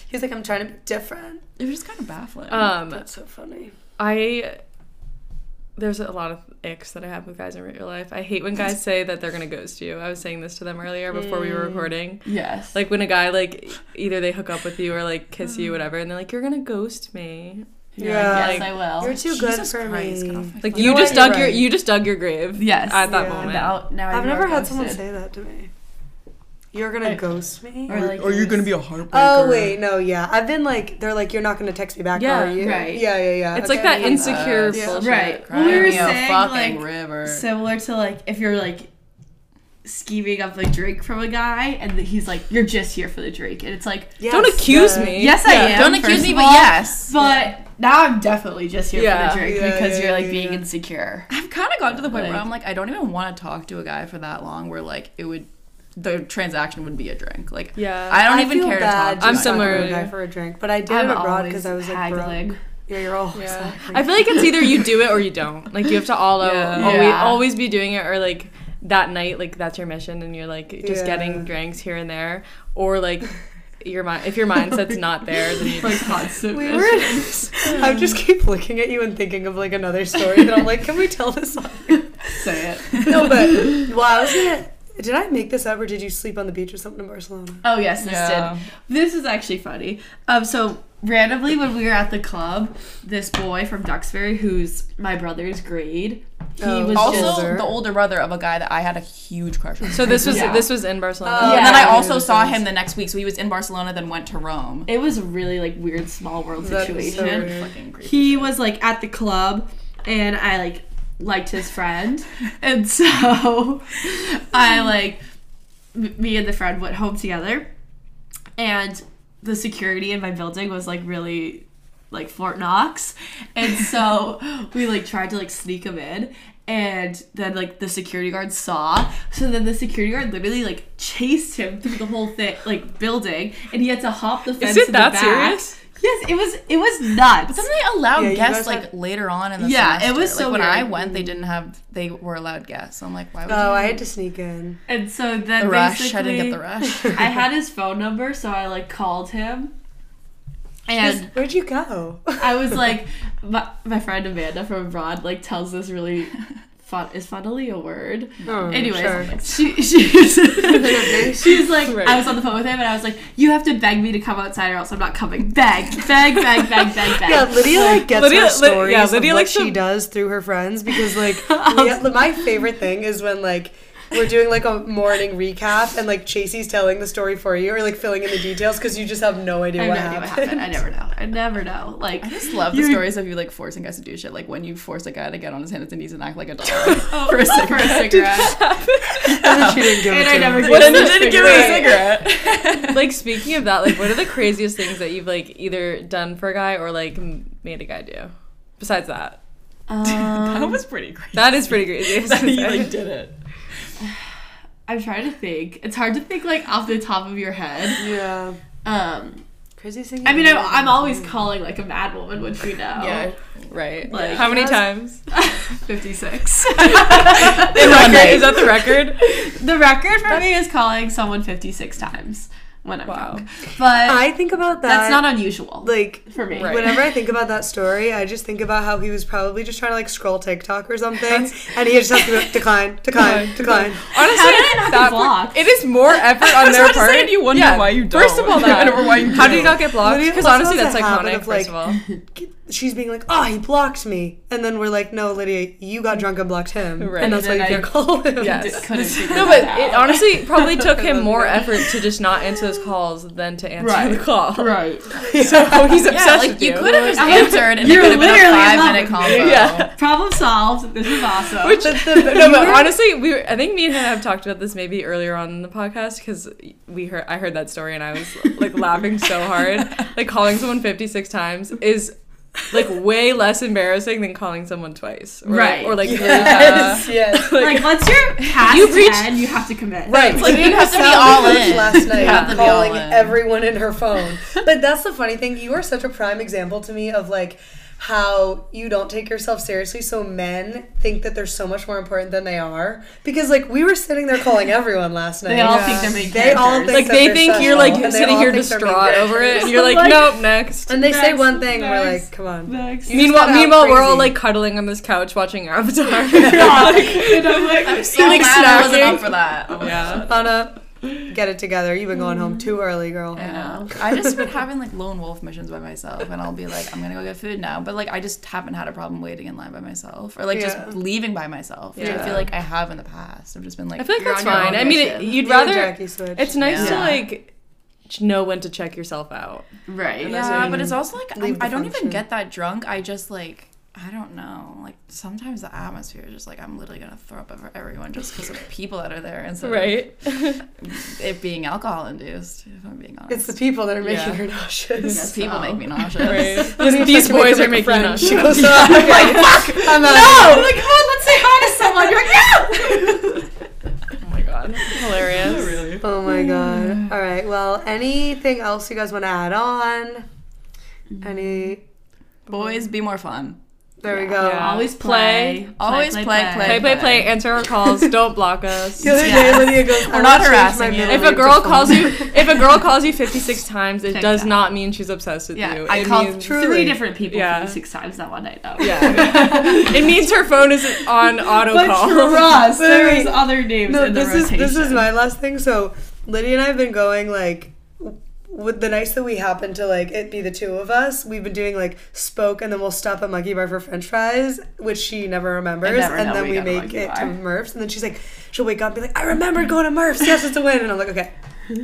B: He's like, I'm trying to be different.
D: it was just kind of baffling.
C: Uh,
A: Um,
B: That's so funny.
A: I there's a lot of icks that I have with guys in real life. I hate when guys say that they're gonna ghost you. I was saying this to them earlier before we were
B: Mm.
A: recording.
C: Yes.
A: Like when a guy like either they hook up with you or like kiss
B: Mm.
A: you, whatever, and they're like, "You're gonna ghost me."
C: You're
B: Yeah.
C: like, yes, I will.
B: You're too good
D: Jesus
B: for
D: Christ, get off
B: me.
D: my
A: Like
D: phone.
A: you,
B: know
A: just
B: what? You're
A: dug your
B: right.
A: you just dug your grave.
D: Yes.
A: at that
B: Yeah.
A: moment.
C: Now, now
B: I've
C: you are
B: never had someone
C: ghosted.
B: say that to me. You're gonna
C: I-
B: ghost me?
C: Or like
E: or you're
C: yours.
E: gonna be a heartbreaker.
C: Uh,
B: Oh wait, no, yeah. I've been like, they're like, you're not gonna text me back,
A: Yeah,
B: are you?
C: right.
B: Yeah, yeah, yeah.
A: It's
B: Okay.
A: like that
D: Yeah.
A: insecure
B: Yeah.
A: bullshit.
C: Right.
D: Cry
C: Well, we were
D: me a
C: saying,
D: fucking
C: like,
D: river.
C: Similar to like if you're like scheming up like Drake from a guy and he's like, You're just here for the Drake and it's like
B: Yes,
A: Don't accuse
B: yeah.
A: me.
C: Yes I
A: Yeah.
C: am.
D: Don't accuse
C: first
D: me,
C: of
D: but
C: all,
D: yes.
C: But now I'm definitely just here
A: Yeah.
C: for the Drake
B: Yeah,
C: because
B: yeah,
C: you're like
B: yeah,
C: being
B: yeah.
C: insecure.
D: I've kind of gotten to the point where
C: Like-
D: I'm like, I don't even want to talk to a guy for that long. Where like it would, the transaction would be a drink. Like
A: Yeah.
D: I don't even
B: feel
D: care
B: bad
D: to talk.
B: just
D: To
A: I'm
D: a guy.
A: similar.
B: talking to a guy for a drink, but I did
C: I'm
B: it abroad
C: always
B: because I was like, bro,
C: haggling.
B: [LAUGHS] yeah, you're all
A: Yeah. [LAUGHS] I feel like it's either you do it or you don't. Like you have to all out,
D: Yeah.
A: always,
C: Yeah.
A: always be doing it, or like that night, like that's your mission, and you're like just
B: Yeah.
A: getting drinks here and there, or like your mind. If your mindset's not there, then you
C: [LAUGHS] Like
A: just
C: constant.
B: We
C: bitch.
B: were. [LAUGHS] I just keep looking at you and thinking of like another story that I'm like, can we tell this? on-
C: say it.
B: No, but well, I was gonna. Did I make this up or did you sleep on the beach or something in Barcelona?
C: Oh yes, this
D: Yeah.
C: did. This is actually funny. Um, so randomly when we were at the club, this boy from Duxbury, who's my brother's grade, he
B: Oh.
C: was
D: Also,
C: just,
B: Older.
D: the older brother of a guy that I had a huge crush on.
A: So this was
C: Yeah.
A: this was in Barcelona.
B: Oh,
D: and then I
B: yeah.
D: also saw him the next week. So he was in Barcelona, then went to Rome.
C: it was a really like weird small world
B: That is so
C: situation.
B: weird.
D: Fucking creepy.
C: he was like at the club and I like liked
A: [LAUGHS]
C: his friend. And so I like m- me and the friend went home together and the security in my building was like really like Fort Knox.
A: [LAUGHS]
C: And so we like tried to like sneak him in and then like the security guard saw. So then the security guard literally like chased him through the whole thing like building and he had to hop the fence.
A: it
C: in
A: that
C: the back.
A: serious?
C: Yes, it was it was nuts.
D: Didn't they allow
B: Yeah, you guys
D: guests
B: had-
D: like later on in the
C: Yeah, it
D: semester?
C: was
D: like,
C: so
D: when I
C: weird.
D: went, they didn't have they were allowed guests. I'm like, why would
B: Oh,
D: you?
B: I had to sneak in.
C: And so then
D: the rush. I
C: basically,
D: didn't get the rush.
C: I had his phone number, so I like called him. And
B: Where'd you go?
C: I was like, my, my friend Amanda from abroad like tells this really fun is funnily a word.
B: [LAUGHS] Oh,
C: Anyways, [LAUGHS]
B: sure.
C: she [LAUGHS] she's she's like
A: Right.
C: I was on the phone with him and I was like, you have to beg me to come outside or else I'm not coming. Beg, beg, beg, beg, beg, beg.
B: Yeah, Lydia like gets
A: Lydia-
B: her
A: Ly-
B: stories
A: yeah,
B: of
A: Lydia
B: what
A: likes
B: she
A: to-
B: does through her friends because like yeah, my favorite thing is when like we're doing like a morning recap and like Chasey's telling the story for you or like filling in the details because you just have no idea
C: I
B: what
C: never know what
B: happened.
C: happened. I never know. I never know. Like
D: I just love the
C: You're-
D: stories of you like forcing guys to do shit, like when you force a guy to get on his hands and knees and act like a [LAUGHS] dog for a cigarette.
C: for a cigarette.
B: And then she didn't give
C: and
B: it
C: I
B: to
C: never
B: him.
C: gave him a
D: didn't give me a
C: cigarette.
A: [LAUGHS]
D: cigarette.
A: like speaking of that, like what are the craziest things that you've like either done for a guy or like m- made a guy do? Besides that,
D: [LAUGHS] [LAUGHS]
C: Um,
D: that was pretty crazy.
A: Um, that is pretty crazy. I
D: [LAUGHS]
A: was gonna
D: you
A: say.
D: like did it.
C: I'm trying to think. It's hard to think like off the top of your head.
B: Yeah,
C: Um,
B: crazy thing.
C: I mean, I'm,
B: Mm.
C: I'm always calling like a mad woman, which we know.
D: Yeah.
B: Oh.
A: right.
C: Like-
A: How many
B: Yes.
A: times?
C: 56.
A: The record, is that the record?
C: [LAUGHS] the record for me is calling someone 56 times when I'm
A: Wow.
C: drunk. But
B: I think about that.
C: that's not unusual
B: like
C: for me.
A: Right.
B: Whenever I think about that story, I just think about how he was probably just trying to like scroll TikTok or something, and he just has to go, decline, decline, decline.
A: Honestly,
C: How did it not get
A: that-
C: blocked?
A: It is more effort on
D: I was
A: their
D: about to
A: part.
D: say, do you wonder why you
A: First of
D: don't?
A: all,
D: I
A: that.
D: wonder why you
A: [LAUGHS] How do
D: do.
A: you not get blocked?
B: Lydia
A: Because
B: also
A: honestly,
B: has
A: that's
B: a habit
A: iconic.
B: of,
A: first
B: like-
A: of
B: [LAUGHS]
A: all,
B: She's being like, "Oh, he blocked me," and then we're like, "No, Lydia, you got drunk and blocked him,"
A: Right.
B: and that's why
C: And
B: you
C: then
B: can't call him. [LAUGHS]
A: yes.
C: Just couldn't figure
A: No, but
C: that out.
A: it honestly [LAUGHS] probably took him
B: love
A: more
B: you.
A: effort to just not answer those calls than to answer
C: Right.
A: the call.
C: Right. oh,
A: So [LAUGHS] he's obsessed
D: Yeah, like
A: with
D: you
A: you.
D: could have just
C: I'm-
D: answered and it
C: You're
D: could have been a
C: literally in
D: five
C: love
D: minute
C: with
D: combo. [LAUGHS]
C: me.
A: Yeah.
C: Problem solved. This is
A: [LAUGHS]
C: awesome.
A: Which
B: But the-
A: no, but honestly, we were, I think me and him have talked about this maybe earlier on in the podcast because we heard I heard that story and I was like laughing so [LAUGHS] hard. Like calling someone fifty six times is like way less embarrassing than calling someone twice, or, like-
C: Right.
A: or like [LAUGHS]
B: yes, yes.
A: uh,
C: like, once you're past
A: You've reached-
C: 10, you have to commit.
B: Right,
D: like, you have to be all [LAUGHS] in.
B: Last night,
D: You have to be all
B: calling
D: in. [LAUGHS]
B: everyone in her phone. But that's the funny thing. You are such a prime example to me of like how you don't take yourself seriously. So men think that they're so much more important than they are because like we were sitting there calling everyone last night.
C: They all
A: Yeah.
C: think they're main
B: They all
C: characters.
B: think-
A: like they
B: they're
A: think you're
B: special,
A: like
B: and they
A: sitting
B: all
A: here
B: think they're big
A: distraught over it, and you're like,
C: Like-
A: nope, next.
B: and they say
C: Next,
B: one thing, we're
C: next.
B: like, come on.
C: [LAUGHS] Next.
A: Meanwhile,
B: got out
A: meanwhile, we're all
B: crazy.
A: like cuddling on this couch watching [LAUGHS] Avatar.
C: and I'm like,
D: I'm so
A: Like
D: [LAUGHS] glad I wasn't
A: snacking.
D: up for that.
A: yeah.
B: On a Get it together. You've been going home too early, girl.
D: I [LAUGHS] know. I just been having like lone wolf missions by myself, and I'll be like, I'm gonna go get food now. But like, I just haven't had a problem waiting in line by myself, or like
B: Yeah.
D: just leaving by myself, which I
A: Yeah.
D: feel like I have in the past. I've just been like,
A: I feel like
D: "You're
A: that's
D: on your
A: fine.
D: own
A: I mean, it,
D: mission."
A: you'd
B: You and
A: rather.
B: Jackie switch.
A: It's nice to
D: Yeah.
A: like know when to check yourself out.
C: [LAUGHS] Right.
D: [LAUGHS]
A: Yeah.
D: yeah, but it's also like
B: leave
D: I'm,
B: the
D: I don't
B: function.
D: even get that drunk. I just like. I don't know. Like sometimes the atmosphere is just like I'm literally gonna throw up over everyone just because of people that are there
A: [LAUGHS]
D: instead
A: Right.
D: of it being alcohol induced. If I'm being honest,
B: It's the people that are making
A: Yeah.
B: her nauseous.
D: Yes, people
C: so.
D: make me nauseous.
A: Right.
B: Maybe if I
A: These
B: can make
A: boys
B: her
A: are
B: make a
A: making
B: friend.
A: us.
B: She
A: [LAUGHS]
B: goes, "Oh, okay. I'm
D: [LAUGHS]
B: not
D: Oh, like, come on, let's say hi to someone. You're like, yeah.
A: Oh my [LAUGHS] god. Hilarious.
D: really?
B: Oh my god. All right. Well, anything else you guys want to add on?
D: Mm-hmm.
B: Any?
D: [LAUGHS] Boys, be more fun.
B: There we go.
A: Yeah.
C: Always
A: Play.
C: play.
D: Always play,
A: Play, play, play. Answer our [LAUGHS] calls. Don't block us.
B: [LAUGHS] The other day, Lydia goes,
D: We're
B: "I
D: not
B: wanna change
D: harassing
B: my
D: you.
B: middle
A: If
B: name
A: a
B: to
A: girl
B: Fawn."
A: calls [LAUGHS] you, if a girl calls you 56 times, it
C: Check
A: does
C: that.
A: not mean she's obsessed with
D: Yeah,
A: you.
D: I
A: it
D: called
A: means,
B: Truly.
C: Three different people
A: Yeah.
C: yeah. six times that one night though.
A: yeah.
C: [LAUGHS]
A: it means her phone is on auto
C: But
A: call.
C: for us,
B: Wait,
C: there
B: wait.
C: is other names
B: No,
C: in the
B: this is
C: rotation.
B: this is my last thing. So Lydia and I have been going like w- with the nights that we happen to like it be the two of us, we've been doing like spoke and then we'll stop at Monkey Bar for French fries, which she never remembers,
C: never
B: and
C: know
B: then
C: we
B: we
C: go to
B: make
C: Monkey
B: it to
C: Bar.
B: Murph's, and then she's like, she'll wake up and be like, I remembered going to Murph's. Yes, it's a win, and I'm like,
C: [LAUGHS]
B: okay.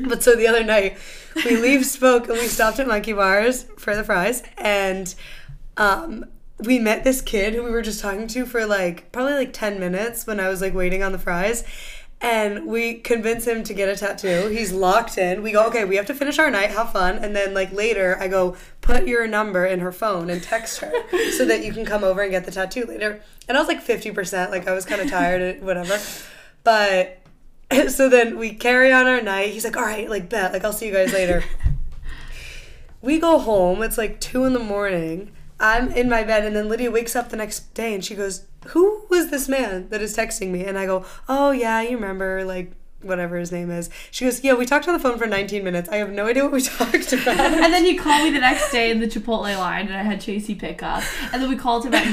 B: But so the other night, we leave spoke and we stopped at Monkey Bars for the fries, and um, we met this kid who we were just talking to for like probably like 10 minutes when I was like waiting on the fries. And we convince him to get a tattoo. He's locked in. We go, okay, we have to finish our night, have fun. And then, like, later, I go, put your number in her phone and text her so that you can come over and get the tattoo later. And I was like 50%, like, I was kind of tired, and whatever. But [LAUGHS] so then we carry on our night. He's like, all right, like, bet, like, I'll see you guys later. We go home. It's like two in the morning. I'm in my bed, and then Lydia wakes up the next day and she goes, Who was this man that is texting me? And I go, Oh, yeah, you remember, like, whatever his name is. She goes, Yeah, we talked on the phone for 19 minutes. I have no idea what we [LAUGHS] talked about.
C: And then he called me the next day in the Chipotle line, and I had Chasey pick up. And then we called him at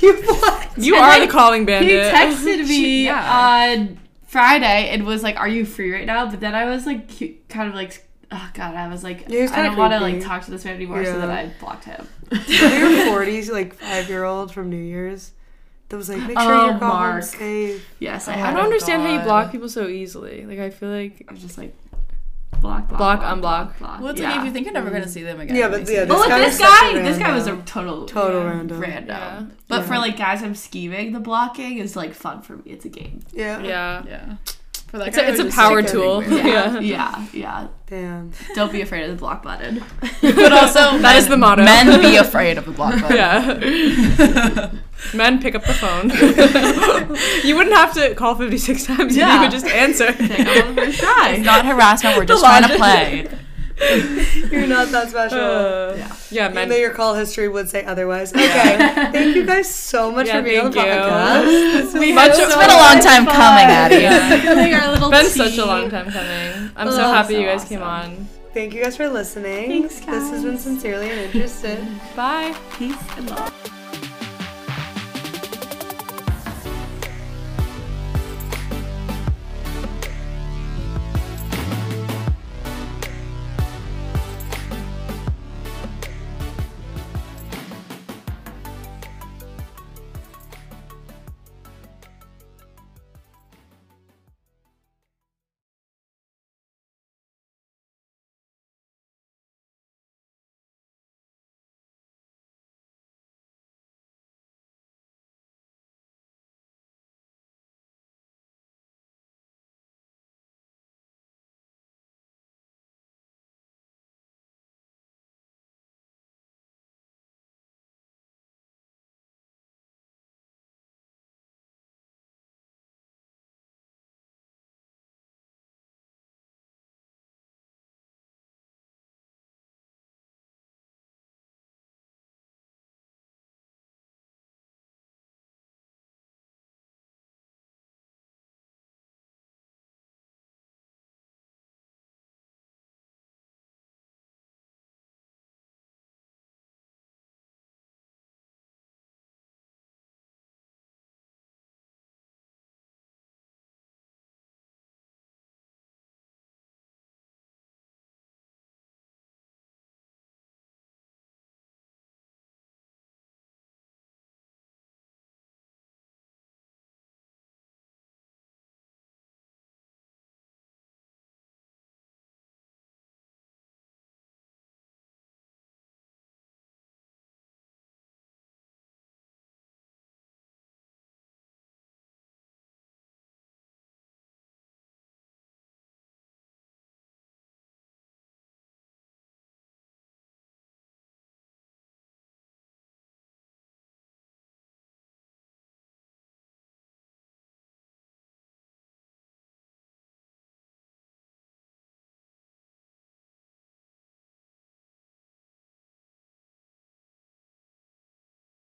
B: [LAUGHS] you what?
A: You
C: And
A: are
C: then
A: the calling
C: He
A: bandit. [LAUGHS]
B: [LAUGHS]
C: texted me
D: yeah.
C: on Friday and was like, "Are you free right now?" But then I was like, cu- kind of like, "Oh God," I was like,
B: Yeah, he was
C: "I don't
B: kinda
C: want to
B: creepy.
C: like talk to this man anymore."
B: Yeah.
C: So then I blocked him.
B: You're 40s, like, five year old from New Year's that was like, Make sure
C: Oh,
B: you're calling
C: Mark.
B: safe.
C: yes, I
A: I
C: had.
A: don't
D: Oh,
A: understand how you
D: God.
A: block people so easily. Like I feel like
C: I was just like, block, block,
A: Block,
C: block,
A: unblock.
C: block, block.
D: Well, it's
C: yeah.
D: like if you think you're never gonna see them again.
B: Yeah,
D: it
B: but
D: makes
B: yeah,
D: sense.
C: but
B: This
C: look,
B: guy
C: this
B: was such
C: guy,
B: a
C: this guy was a
B: random-
C: total,
B: Total
A: Yeah.
B: random.
C: random.
A: Yeah.
C: But
B: Yeah.
C: for like guys, I'm scheming. The blocking is like fun for me. It's a game.
B: Yeah.
A: yeah.
D: yeah, for that
A: It's
D: guy,
A: a,
D: it
A: it's a
D: was
A: power
D: just
A: tool.
D: everywhere.
A: [LAUGHS] Yeah.
C: yeah, yeah.
B: Damn.
C: Don't be afraid of the block
A: [LAUGHS]
C: button.
D: [LAUGHS]
A: But also that is the motto.
D: Men be afraid of the block [LAUGHS] button.
A: [LAUGHS] Yeah.
C: [LAUGHS]
A: Men pick up the phone. you wouldn't have to call 56 times.
C: Yeah.
A: You could just answer.
C: Pick up
A: [LAUGHS]
C: on the first try.
D: It's not harassment. We're just
A: The
D: trying to
A: logic.
D: play.
B: You're not that special.
A: Uh, [SIGHS] yeah.
B: Even
A: men.
B: though your call history would say otherwise. Okay. thank you guys so much
A: Yeah,
B: for being on the
A: thank you.
B: podcast.
A: We
B: This
A: had
B: was
A: so
D: It's been a
A: [LAUGHS]
D: long time
C: fun.
D: coming, Addie.
A: Yeah.
C: Filling our little
A: Been such
C: tea.
A: a
C: [LAUGHS]
A: long time coming. I'm so
B: Oh,
A: happy you
C: so
A: guys came on.
B: Thank you guys for listening.
C: Thanks,
B: This has been
C: guys.
B: Sincerely Uninterested.
A: Bye.
C: Peace and love.